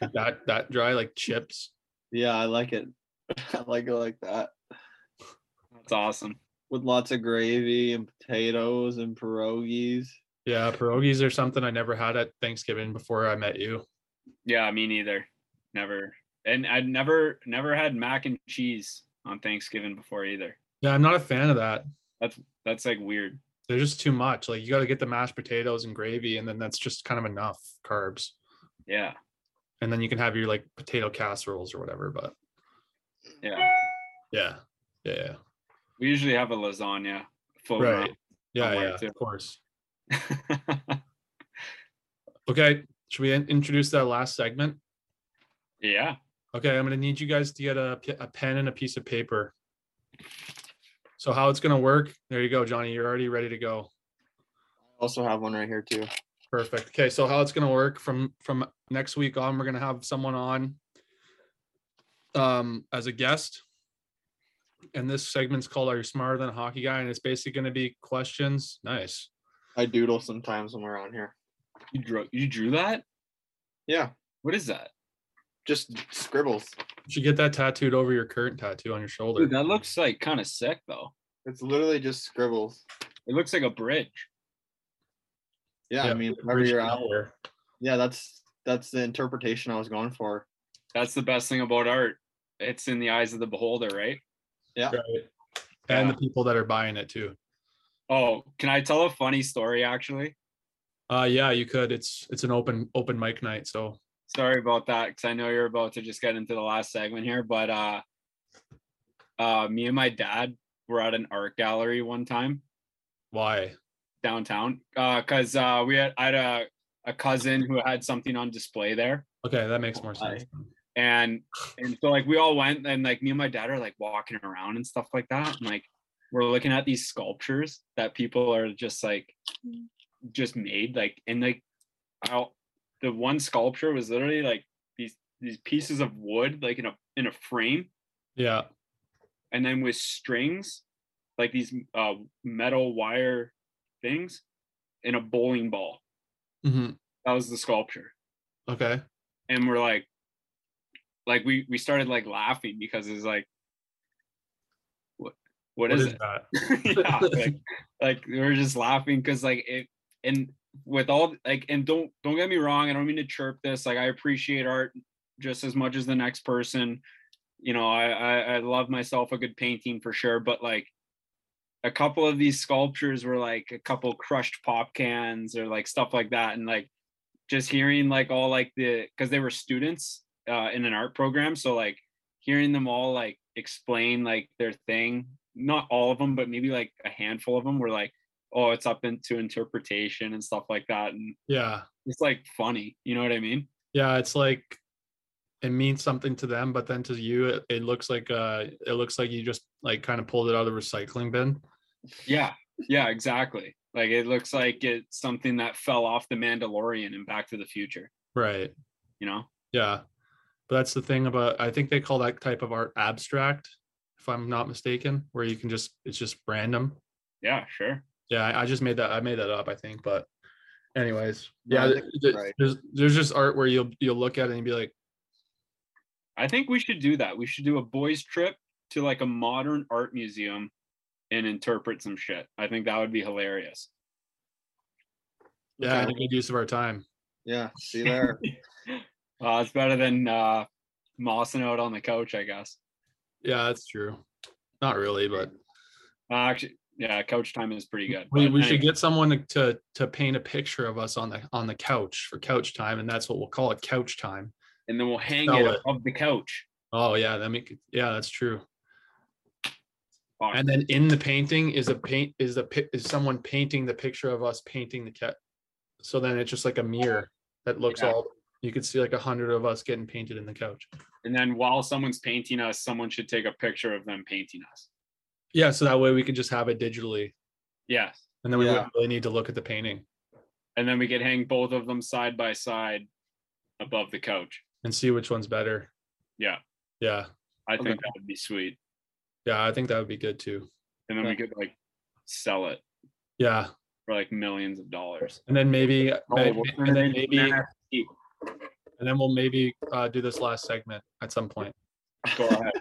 Like that that dry like chips. Yeah, I like it. I like it like that. That's awesome. With lots of gravy and potatoes and pierogies. Yeah, pierogies are something I never had at Thanksgiving before I met you. Yeah, me neither. Never. And I've never never had mac and cheese on Thanksgiving before either. Yeah, I'm not a fan of that. That's like weird. They're just too much. Like you got to get the mashed potatoes and gravy, and then that's just kind of enough carbs. Yeah. And then you can have your like potato casseroles or whatever. But Yeah. yeah, yeah, yeah. We usually have a lasagna floating Right. Yeah, Somewhere yeah, too. of course. around. Okay, should we in- introduce that last segment? yeah. Okay, I'm gonna need you guys to get a, p- a pen and a piece of paper. So how it's gonna work? There you go, Johnny. You're already ready to go. Also have one right here too. Perfect. Okay, so how it's gonna work from from next week on, we're gonna have someone on um as a guest. And this segment's called Are You Smarter Than a Hockey Guy? And it's basically gonna be questions. Nice. I doodle sometimes when we're on here. You drew you drew that? Yeah, What is that? just scribbles. You should get that tattooed over your current tattoo on your shoulder. Dude, that looks like kind of sick though. It's literally just scribbles. It looks like a bridge. Yeah, I Yeah, mean, whenever Bridge you're to out. nowhere. Yeah, that's that's the interpretation I was going for. That's the best thing about art. It's in the eyes of the beholder, right? Right. And Yeah. the people that are buying it too. Oh, can I tell a funny story actually? Uh yeah, you could. It's it's an open open mic night. So Sorry about that cuz I know you're about to just get into the last segment here, but uh uh me and my dad were at an art gallery one time why? downtown uh cuz uh we had I had a a cousin who had something on display there Okay, that makes more sense. and and so like we all went and like me and my dad are like walking around and stuff like that and like we're looking at these sculptures that people are just like just made like and like out the one sculpture was literally like these these pieces of wood like in a in a frame Yeah. and then with strings like these uh metal wire things in a bowling ball hmm that was the sculpture Okay. and we're like like we we started like laughing because it's like what what is, it that? yeah like, like we were just laughing because like it and with all like and don't don't get me wrong i don't mean to chirp this like i appreciate art just as much as the next person you know i i, I love myself a good painting for sure but like a couple of these sculptures were like a couple crushed pop cans or like stuff like that and like just hearing like all like the because they were students uh in an art program so like hearing them all like explain like their thing not all of them but maybe like a handful of them were like oh it's up into interpretation and stuff like that and Yeah. it's like funny you know what i mean Yeah. It's like it means something to them, but then to you, it, it looks like uh it looks like you just like kind of pulled it out of the recycling bin. yeah yeah exactly like it looks like it's something that fell off the mandalorian and back to the future Right. you know Yeah. But that's the thing about I think they call that type of art abstract, if I'm not mistaken, where you can just it's just random. yeah sure Yeah, I, I just made that. I made that up, I think. But, anyways, No, I yeah, think th- that's th- right. there's there's just art where you'll you'll look at it and be like, i think we should do that we should do a boys trip to like a modern art museum and interpret some shit i think that would be hilarious yeah, Okay. and a good use of our time. Yeah, see there. uh, it's better than uh mossing out on the couch i guess Yeah, that's true. Not really, but Uh, actually, yeah, coach time is pretty good. we, but we should anyway, get someone to, to to paint a picture of us on the on the couch for couch time, and that's what we'll call it, couch time. and then we'll hang sell it it. above the couch. Oh yeah, that make yeah, that's true. Fuck. And then in the painting is a paint is a pi- is someone painting the picture of us painting the cat. So then it's just like a mirror that looks Yeah. all. You could see like a hundred of us getting painted in the couch. and then while someone's painting us, someone should take a picture of them painting us. Yeah, so that way we could just have it digitally, Yes. and then we Yeah. wouldn't really need to look at the painting And then we could hang both of them side by side above the couch. and see which one's better. Yeah. Yeah, I Okay. think that would be sweet. yeah, I think that would be good too. And then we Yeah. could like sell it Yeah, for like millions of dollars. and then maybe, Oh, may- we'll and turn it then into an maybe, and NFT. then we'll maybe uh, do this last segment at some point. Go ahead.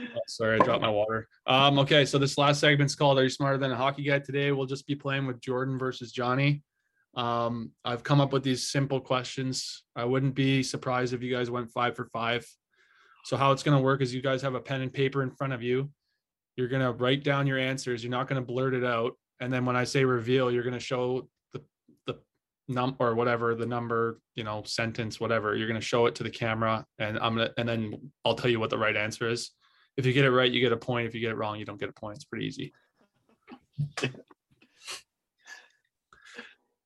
Oh, sorry, I dropped my water. Um, okay, so this last segment's called "Are You Smarter Than a Hockey Guy?" Today we'll just be playing with Jordan versus Johnny. Um, I've come up with these simple questions. I wouldn't be surprised if you guys went five for five. So how it's gonna work is you guys have a pen and paper in front of you. You're gonna write down your answers. You're not gonna blurt it out. And then when I say reveal, you're gonna show the the num or whatever the number, you know, sentence, whatever. You're gonna show it to the camera, and I'm gonna and then I'll tell you what the right answer is. If you get it right, you get a point. If you get it wrong, you don't get a point. It's pretty easy.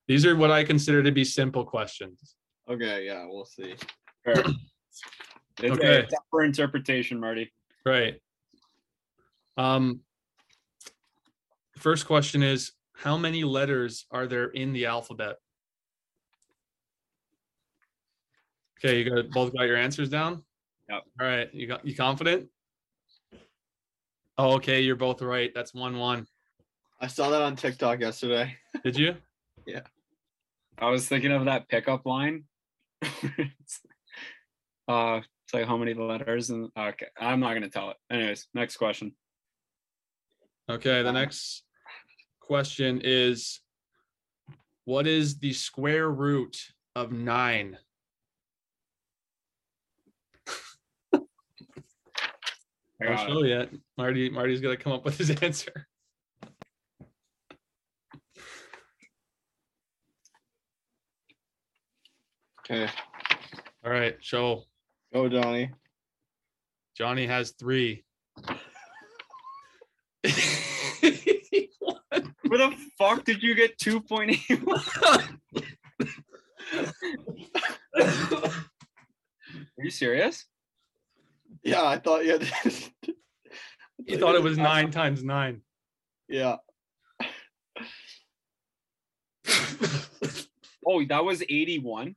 These are what I consider to be simple questions. Okay, yeah, we'll see. Fair. It's- It's, Okay. it's up for interpretation, Marty. Right. Um first question is how many letters are there in the alphabet? Okay, you got both got your answers down? Yep. All right, you got you confident? Oh, okay, you're both right. That's one one. I saw that on TikTok yesterday. Did you? I was thinking of that pickup line. uh, it's like how many letters and okay, I'm not gonna tell it. Anyways, next question. Okay, the Um, next question is what is the square root of nine? I don't Uh, know yet. Marty, Marty's gonna come up with his answer. Okay, All right, so go Oh, Donnie. Johnny has three. Where the fuck did you get 2.81? Are you serious? Yeah, I thought you had. he thought it was nine times nine. Yeah, Oh, that was 81.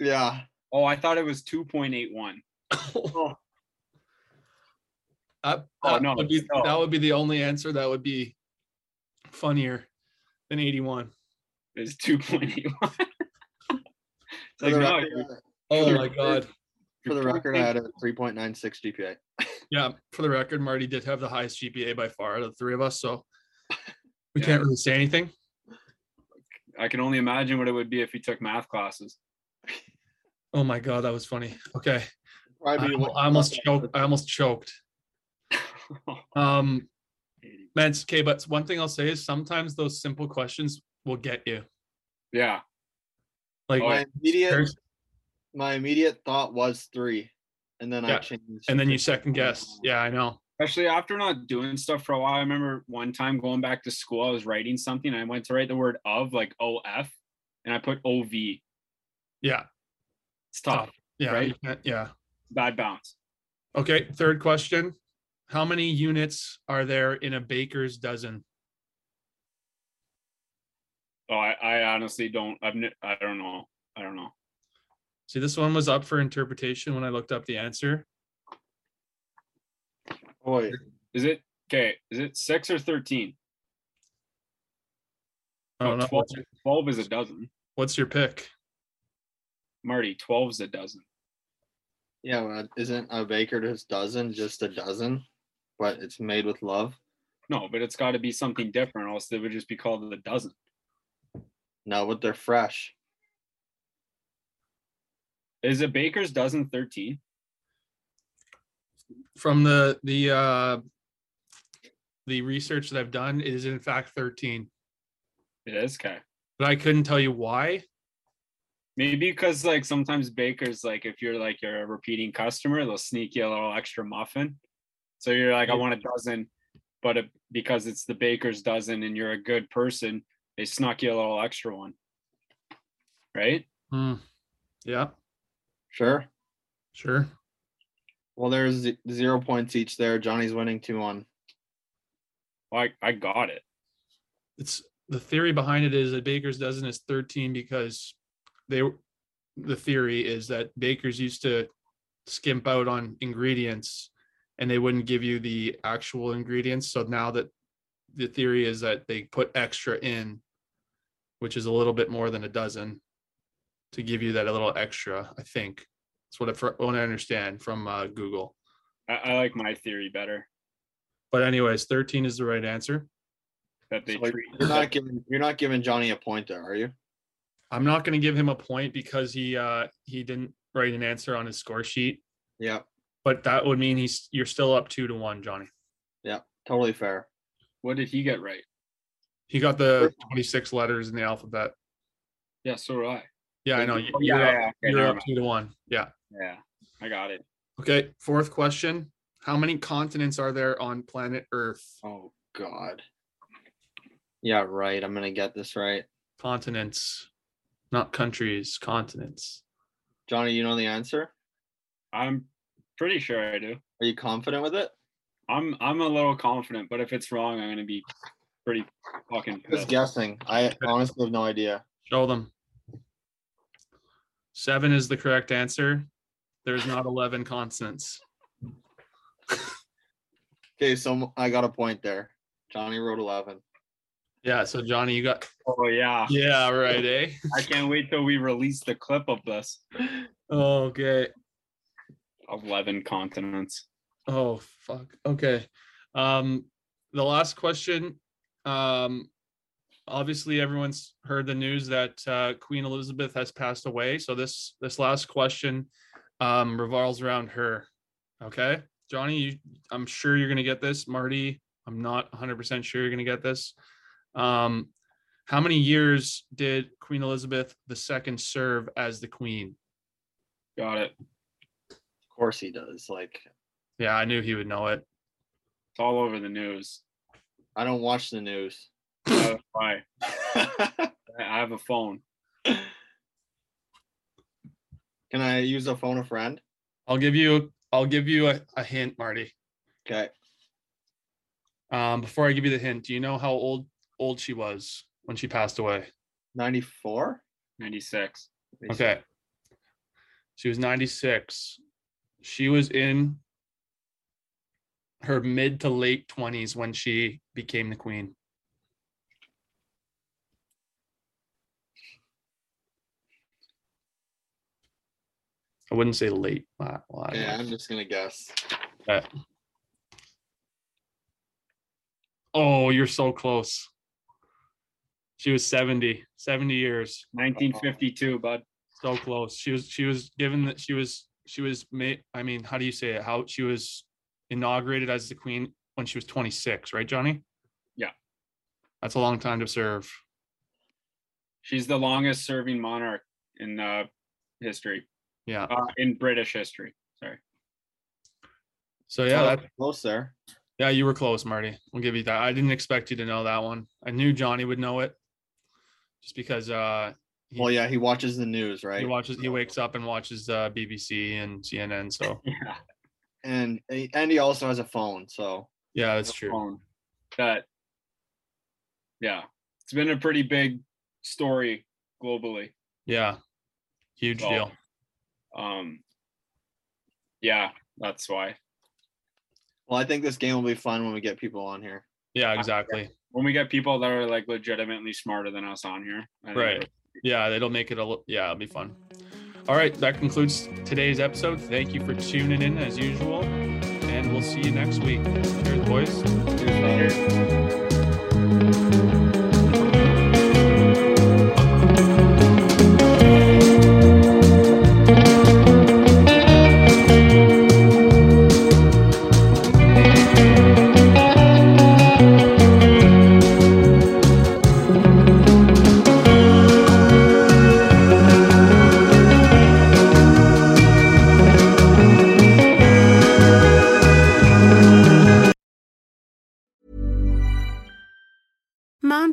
yeah. Oh, I thought it was 2.81. That, Oh, that no, would be, no. that would be the only answer that would be funnier than 81. It's 2.81. it's For like, the no, record, you're- I- Oh Dude, my god. for the you're record, I had a 3.96 GPA. Yeah, for the record, Marty did have the highest GPA by far out of the three of us, so we Yeah. can't really say anything. I can only imagine what it would be if you took math classes. Oh my god, that was funny. Okay. I, Probably al- I almost choked. I almost choked. Um, man, it's okay, but one thing I'll say is sometimes those simple questions will get you. yeah. Like, Oh, My immediate, there's- my immediate thought was three, and then I Yeah, changed. and then to you second guess. Yeah, I know. Especially after not doing stuff for a while. I remember one time going back to school, I was writing something. I went to write the word of, like OF, and I put OV. It's Yeah, tough. yeah, Right? you can't- yeah. Bad bounce. Okay. Third question: How many units are there in a baker's dozen? Oh, I, I honestly don't. I've, n- I don't know. I don't know. See, this one was up for interpretation when I looked up the answer. Boy, Is it okay? Is it six or 13? I don't know. 12, What's your, 12 is a dozen. what's your pick? Marty, 12 is a dozen. yeah, well, isn't a baker's dozen just a dozen, but it's made with love? No, but it's got to be something different, or else they would just be called a dozen. No, but they're fresh. Is a baker's dozen 13? From the the uh, the research that I've done, it is in fact thirteen, It is, okay. but I couldn't tell you why. Maybe because, like, sometimes bakers, like, if you're like you're a repeating customer, they'll sneak you a little extra muffin. So you're like, I want a dozen, but it, because it's the baker's dozen and you're a good person, they snuck you a little extra one. Right? Hmm. Yeah, Sure. sure. Well, there's ze- zero points each there. Johnny's winning two one. Like, I got it. it's the theory behind it is that baker's dozen is 13 because they were- the theory is that bakers used to skimp out on ingredients and they wouldn't give you the actual ingredients so now that the theory is that they put extra in which is a little bit more than a dozen to give you that a little extra i think that's what i, fr- what I understand from uh, google I, I like my theory better but anyways 13 is the right answer that they So treat. you're not giving you're not giving Johnny a point there, are you? I'm not going to give him a point because he uh he didn't write an answer on his score sheet, Yeah. but that would mean he's you're still up 2 to 1, Johnny. Totally fair. What did he get right? He got the 26 letters in the alphabet. Yeah, so do I. Yeah, I know. You- Oh, You're, up, okay, you're never up mind. two to one. Yeah. Yeah, I got it. Okay. Fourth question. How many continents are there on planet Earth? Oh God. Yeah, right. I'm gonna get this right. Continents, not countries, continents. Johnny, you know the answer? I'm pretty sure I do. Are you confident with it? I'm I'm a little confident, but if it's wrong, I'm gonna be pretty fucking Just pissed. guessing. I honestly have no idea. Show them. Seven is the correct answer. There's not 11 consonants. Okay, so I got a point there. Johnny wrote 11. Yeah. So, Johnny, you got. Oh yeah. Yeah, right. Eh? I can't wait till we release the clip of this. Okay. Eleven continents. Oh fuck. Okay. Um the last question. Um obviously everyone's heard the news that uh Queen Elizabeth has passed away. So this this last question um revolves around her. Okay? Johnny, you I'm sure you're going to get this. Marty, I'm not 100% sure you're going to get this. Um how many years did Queen Elizabeth II serve as the queen? Got it. Of course he does. Like Yeah, I knew he would know it. It's all over the news. I don't watch the news. That's why I I have a phone. Can I use a phone a friend? I'll give you I'll give you a, a hint, Marty. Okay. Um, before I give you the hint, do you know how old old she was when she passed away? 94? Ninety six. Okay. She was 96. She was in her mid to late 20s when she became the queen. I wouldn't say late. uh, well, I don't Yeah, know. I'm just gonna guess. Oh, you're so close. She was 70, 70 years. Nineteen fifty two, bud. so close she was she was given that she was she was made i mean how do you say it how she was inaugurated as the queen when she was 26 right johnny Yeah. that's a long time to serve She's the longest serving monarch in uh, history. yeah Uh, in British history. Sorry. so yeah Oh, that, close there. yeah you were close marty we'll give you that i didn't expect you to know that one i knew johnny would know it just because uh he, Well, yeah, he watches the news, right? he watches he wakes up and watches uh bbc and cnn so Yeah. and and he also has a phone, so yeah that's true phone that yeah it's been a pretty big story globally yeah huge So- deal um yeah that's why well, I think this game will be fun when we get people on here. yeah exactly when we get people that are like legitimately smarter than us on here I think Right. Yeah, it'll make it a little, yeah, it'll be fun. All right, that concludes today's episode. Thank you for tuning in as usual, and we'll see you next week. Cheers, boys. it's- Mom